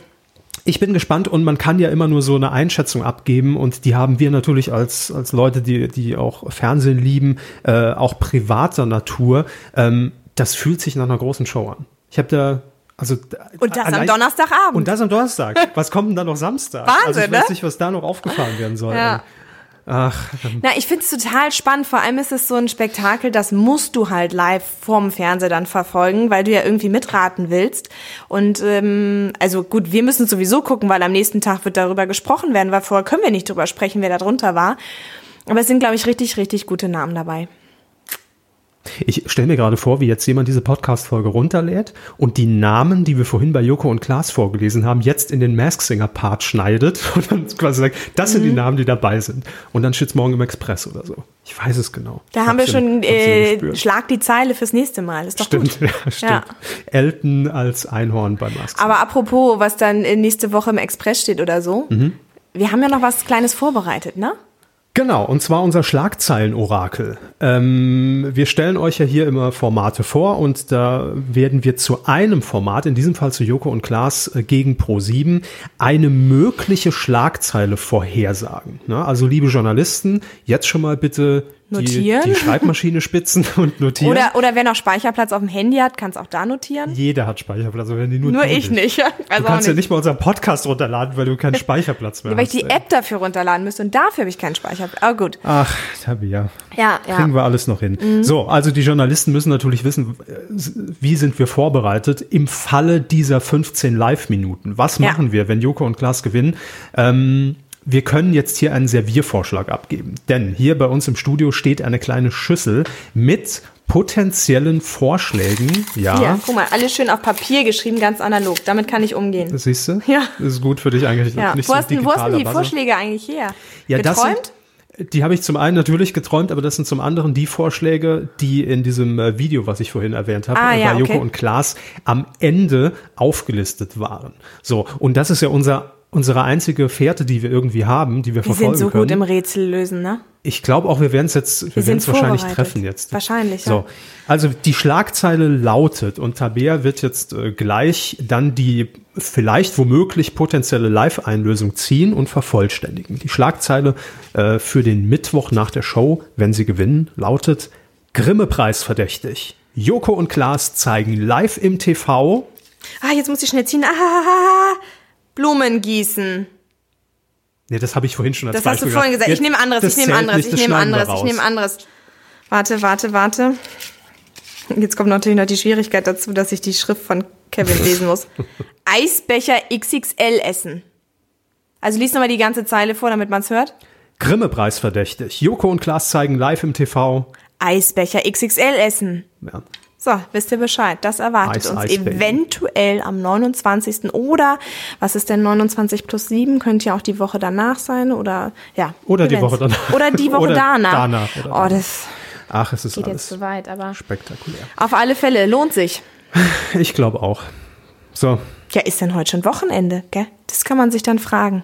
S1: ich bin gespannt und man kann ja immer nur so eine Einschätzung abgeben und die haben wir natürlich als, als Leute, die, die auch Fernsehen lieben, äh, auch privater Natur. Ähm, das fühlt sich nach einer großen Show an. Ich habe da, also.
S2: Und das am
S1: allein-
S2: Donnerstagabend.
S1: Und das am Donnerstag. Was kommt denn dann noch Samstag?
S2: Wahnsinn,
S1: also ich
S2: ne?
S1: weiß nicht, was da noch aufgefahren werden soll.
S2: Ja.
S1: Ach,
S2: Na, ich find's total spannend. Vor allem ist es so ein Spektakel, das musst du halt live vorm Fernseher dann verfolgen, weil du ja irgendwie mitraten willst. Und ähm, also gut, wir müssen sowieso gucken, weil am nächsten Tag wird darüber gesprochen werden, weil vorher können wir nicht drüber sprechen, wer da drunter war. Aber es sind, glaube ich, richtig, richtig gute Namen dabei.
S1: Ich stelle mir gerade vor, wie jetzt jemand diese Podcast-Folge runterlädt und die Namen, die wir vorhin bei Joko und Klaas vorgelesen haben, jetzt in den Mask Singer-Part schneidet und dann quasi sagt, das
S2: Mhm.
S1: sind die Namen, die dabei sind. Und dann steht es morgen im Express oder so. Ich weiß es genau.
S2: Da
S1: Ich
S2: haben wir
S1: hab's
S2: schon,
S1: hab's
S2: äh,
S1: gespürt.
S2: Schlag die Zeile fürs nächste Mal. Ist doch gut.
S1: Stimmt, ja, stimmt.
S2: Ja.
S1: Elton als Einhorn bei Mask Singer.
S2: Aber apropos, was dann äh, nächste Woche im Express steht oder so.
S1: Mhm.
S2: Wir haben ja noch was Kleines vorbereitet, ne?
S1: Genau, und zwar unser Schlagzeilenorakel. Ähm, wir stellen euch ja hier immer Formate vor und da werden wir zu einem Format, in diesem Fall zu Joko und Klaas äh, gegen Pro7, eine mögliche Schlagzeile vorhersagen. Ne? Also liebe Journalisten, jetzt schon mal bitte die,
S2: Notieren.
S1: die Schreibmaschine spitzen und notieren.
S2: Oder, oder wer noch Speicherplatz auf dem Handy hat, kann es auch da notieren.
S1: Jeder hat Speicherplatz, aber wenn die nur
S2: Nur
S1: du
S2: ich
S1: bist.
S2: nicht. Also
S1: Du kannst ja nicht mal unseren Podcast runterladen, weil du keinen Speicherplatz mehr
S2: Weil ich
S1: hast.
S2: die
S1: ey.
S2: App dafür runterladen müsste und dafür habe ich keinen Speicherplatz. Aber gut.
S1: Ach, Tabia.
S2: Ja, Mhm. ja.
S1: Kriegen wir alles noch hin. So, also die Journalisten müssen natürlich wissen, äh, wie sind wir vorbereitet im Falle dieser 15 Live-Minuten. Was
S2: Ja.
S1: machen wir, wenn Joko und Klaas gewinnen? Ähm, wir können jetzt hier einen Serviervorschlag abgeben. Denn hier bei uns im Studio steht eine kleine Schüssel mit potenziellen Vorschlägen. Ja.
S2: Hier, guck mal, alles schön auf Papier geschrieben, ganz analog. Damit kann ich umgehen.
S1: Siehst du?
S2: Ja.
S1: Das ist gut für dich eigentlich.
S2: Ja.
S1: Nicht
S2: Wo
S1: so
S2: hast denn wo hast denn die
S1: digitaler Buzzer.
S2: Vorschläge eigentlich her?
S1: Ja,
S2: Geträumt?
S1: Das sind, die habe ich zum einen natürlich geträumt, aber das sind zum anderen die Vorschläge, die in diesem äh, Video, was ich vorhin erwähnt habe,
S2: Ah,
S1: äh,
S2: ja,
S1: bei Joko
S2: okay.
S1: und Klaas am Ende aufgelistet waren. So, und das ist ja unser unsere einzige Fährte, die wir irgendwie haben, die wir
S2: wir
S1: verfolgen
S2: sind so
S1: können.
S2: gut im Rätsel lösen, ne?
S1: Ich glaube auch, wir werden es jetzt, wir
S2: sind
S1: werden es wahrscheinlich
S2: vorbereitet.
S1: treffen jetzt.
S2: Wahrscheinlich, ja.
S1: So, also die Schlagzeile lautet und Tabea wird jetzt äh, gleich dann die vielleicht womöglich potenzielle Live-Einlösung ziehen und vervollständigen. Die Schlagzeile äh, für den Mittwoch nach der Show, wenn sie gewinnen, lautet Grimme-Preis verdächtig. Joko und Klaas zeigen live im TV
S2: Ah, jetzt muss ich schnell ziehen. Ah, ah, ah, ah. Blumen gießen.
S1: Ne, das habe ich vorhin schon als
S2: Das hast du
S1: Beispiel
S2: vorhin gesagt. Ich
S1: Jetzt-
S2: nehme anderes,
S1: das
S2: ich nehme
S1: zählt
S2: anderes,
S1: nicht,
S2: ich
S1: das
S2: nehme
S1: schneiden wir
S2: anderes, ich
S1: raus.
S2: nehme anderes. Warte, warte, warte. Jetzt kommt natürlich noch die Schwierigkeit dazu, dass ich die Schrift von Kevin lesen muss. Eisbecher XXL essen. Also lies nochmal die ganze Zeile vor, damit man es hört.
S1: Grimme-Preis verdächtig. Joko und Klaas zeigen live im TV.
S2: Eisbecher XXL essen.
S1: Ja.
S2: So, wisst ihr Bescheid. Das erwartet
S1: Eis,
S2: uns
S1: Eis, Baby.
S2: eventuell am 29. oder was ist denn 29 plus 7? Könnte ja auch die Woche danach sein oder ja.
S1: Oder die
S2: Events.
S1: Woche danach.
S2: Oder die Woche
S1: Oder
S2: danach.
S1: danach, oder
S2: oh,
S1: danach.
S2: das
S1: Ach, es ist
S2: geht jetzt
S1: alles
S2: zu weit, aber
S1: spektakulär.
S2: auf alle Fälle lohnt sich.
S1: Ich glaube auch. So,
S2: Ja, ist denn heute schon Wochenende, gell? Das kann man sich dann fragen,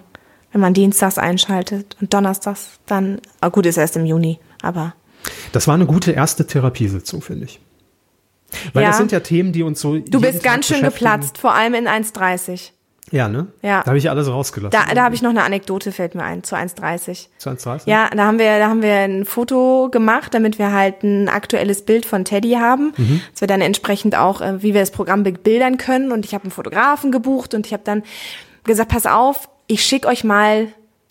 S2: wenn man dienstags einschaltet und donnerstags dann. Ah, gut, ist erst im Juni, aber
S1: das war eine gute erste Therapiesitzung, finde ich. Weil
S2: Ja.
S1: das sind ja Themen, die uns so.
S2: du bist ganz schön
S1: geplatzt.
S2: geplatzt, vor allem in 1,30.
S1: Ja, ne?
S2: Ja.
S1: Da habe ich alles rausgelassen.
S2: Da, da habe ich noch eine Anekdote, fällt mir ein, zu 1,30.
S1: 22.
S2: Ja, da haben wir, da haben wir ein Foto gemacht, damit wir halt ein aktuelles Bild von Teddy haben, dass wir dann entsprechend auch, äh, wie wir das Programm bebildern können. Und ich habe einen Fotografen gebucht und ich habe dann gesagt, pass auf, ich schicke euch mal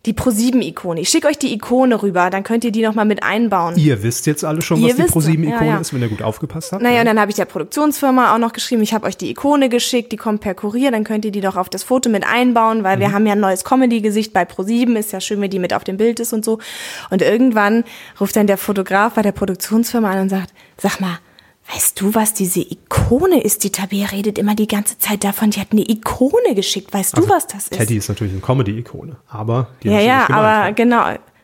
S2: die Pro7-Ikone. Ich schicke euch die Ikone rüber, dann könnt ihr die nochmal mit einbauen.
S1: Ihr wisst jetzt alle schon,
S2: Ihr
S1: was die
S2: wisst es.
S1: ProSieben-Ikone
S2: Ja, ja.
S1: ist, wenn ihr gut aufgepasst habt.
S2: Naja, und dann habe ich der Produktionsfirma auch noch geschrieben, ich habe euch die Ikone geschickt, die kommt per Kurier, dann könnt ihr die doch auf das Foto mit einbauen, weil wir haben ja ein neues Comedy-Gesicht bei ProSieben, ist ja schön, wenn die mit auf dem Bild ist und so. Und irgendwann ruft dann der Fotograf bei der Produktionsfirma an und sagt, sag mal, Weißt du, was diese Ikone ist? Die Tabea redet immer die ganze Zeit davon, die hat eine Ikone geschickt. Weißt du, was das ist?
S1: Also Teddy ist natürlich eine Comedy-Ikone, aber die
S2: Ja,
S1: haben sie
S2: ja,
S1: nicht gemeint,
S2: aber
S1: ne?
S2: genau.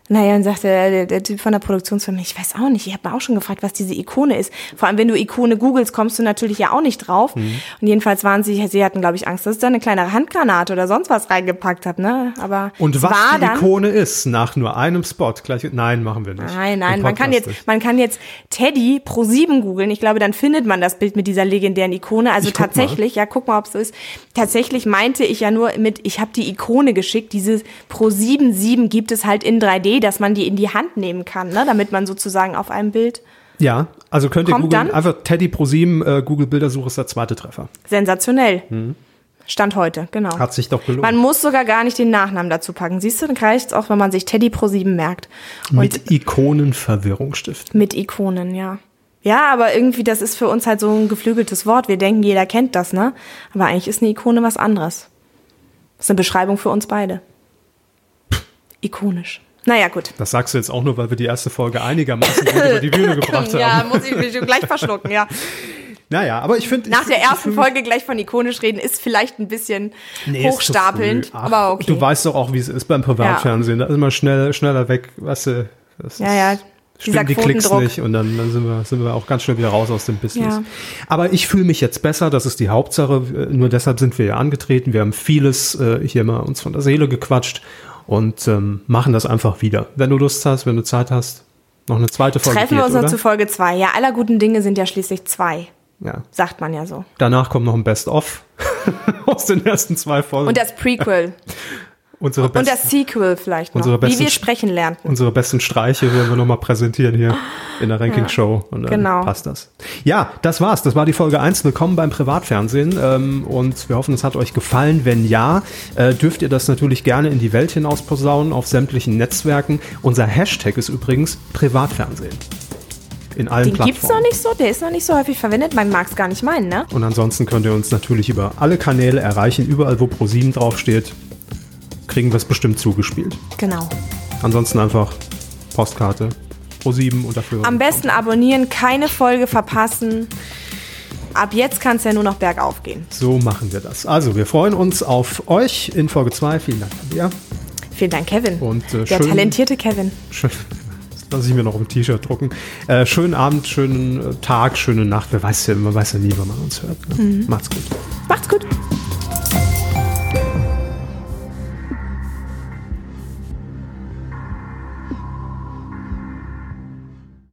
S2: Naja, dann sagte der, der Typ von der Produktionsfirma, ich weiß auch nicht, ich habe mir auch schon gefragt, was diese Ikone ist. Vor allem, wenn du Ikone googelst, kommst du natürlich ja auch nicht drauf.
S1: Mhm.
S2: Und jedenfalls waren sie, sie hatten, glaube ich, Angst, dass ich da eine kleine Handgranate oder sonst was reingepackt habe, ne? Aber
S1: Und
S2: es
S1: was
S2: war
S1: die
S2: dann,
S1: Ikone ist, nach nur einem Spot, gleich, nein, machen wir nicht.
S2: Nein, nein,
S1: Im
S2: man kann
S1: Podcast
S2: jetzt,
S1: nicht.
S2: man kann jetzt Teddy pro 7 googeln. Ich glaube, dann findet man das Bild mit dieser legendären Ikone. Also
S1: Ich guck
S2: tatsächlich, ja, guck mal, ob es so ist. Tatsächlich meinte ich ja nur mit, ich habe die Ikone geschickt. Dieses pro 7 7 gibt es halt in 3D, dass man die in die Hand nehmen kann, ne? damit man sozusagen auf einem Bild.
S1: Ja, also könnt ihr
S2: Kommt
S1: googeln,
S2: dann?
S1: einfach Teddy ProSieben, äh, Google Bildersuche ist der zweite Treffer.
S2: Sensationell. Stand heute, genau.
S1: Hm. Hat sich doch gelohnt.
S2: man muss sogar gar nicht den Nachnamen dazu packen. Siehst du, dann reicht's auch, wenn man sich Teddy pro 7 merkt. Und
S1: Mit Ikonen Verwirrung stiften.
S2: Mit Ikonen, ja. Ja, aber irgendwie, das ist für uns halt so ein geflügeltes Wort. Wir denken, jeder kennt das, ne? Aber eigentlich ist eine Ikone was anderes. Das ist eine Beschreibung für uns beide. Ikonisch. Naja, gut.
S1: Das sagst du jetzt auch nur, weil wir die erste Folge einigermaßen gut über die Bühne gebracht haben.
S2: Ja, muss ich mich gleich verschlucken, ja.
S1: Naja, aber ich finde.
S2: Nach der ersten Folge gleich von ikonisch reden ist vielleicht ein bisschen hochstapelnd, aber okay.
S1: Du weißt doch auch, wie es ist beim Privatfernsehen. Da ist man schnell, schneller weg, weißt du. Das
S2: ja, ja.
S1: ist- Stimmen die Klicks
S2: Quotendruck.
S1: nicht und dann, dann sind, wir, sind wir auch ganz schnell wieder raus aus dem Business.
S2: Ja.
S1: Aber ich fühle mich jetzt besser, das ist die Hauptsache. Nur deshalb sind wir ja angetreten. Wir haben vieles äh, hier mal uns von der Seele gequatscht und ähm, machen das einfach wieder. Wenn du Lust hast, wenn du Zeit hast, noch eine zweite Folge
S2: Treffen wir
S1: geht,
S2: uns
S1: oder?
S2: noch zu Folge 2. Ja, aller guten Dinge sind ja schließlich zwei,
S1: ja.
S2: sagt man ja so.
S1: Danach kommt noch ein Best-of aus den ersten zwei Folgen.
S2: Und das Prequel
S1: unsere,
S2: und
S1: besten,
S2: das Sequel vielleicht noch,
S1: Unsere
S2: wie
S1: besten
S2: wir
S1: Sch-
S2: sprechen lernten.
S1: unsere besten Streiche werden wir nochmal präsentieren hier in der Ranking-Show. Und dann
S2: genau.
S1: passt das. Ja, das war's. Das war die Folge 1. Willkommen beim Privatfernsehen. Ähm, und wir hoffen, es hat euch gefallen. Wenn ja, äh, dürft ihr das natürlich gerne in die Welt hinaus posaunen, auf sämtlichen Netzwerken. Unser Hashtag ist übrigens Privatfernsehen. In allen
S2: Den
S1: Plattformen.
S2: gibt's noch nicht so, der ist noch nicht so häufig verwendet, man mag's gar nicht meinen, ne?
S1: Und ansonsten könnt ihr uns natürlich über alle Kanäle erreichen, überall wo ProSieben draufsteht, kriegen wir es bestimmt zugespielt.
S2: Genau.
S1: Ansonsten einfach Postkarte, ProSieben und dafür.
S2: Am besten abonnieren, keine Folge verpassen. Ab jetzt kann's ja nur noch bergauf gehen.
S1: So machen wir das. Also, wir freuen uns auf euch in Folge 2. Vielen Dank, Tabea.
S2: Vielen Dank, Kevin.
S1: Und, äh,
S2: der
S1: schön-
S2: talentierte Kevin.
S1: Schön. Das lasse ich mir noch im T-Shirt drucken. Äh, schönen Abend, schönen äh, Tag, schöne Nacht. Wer weiß ja, man weiß ja nie, wann man uns hört. Ne? Macht's gut.
S2: Macht's gut.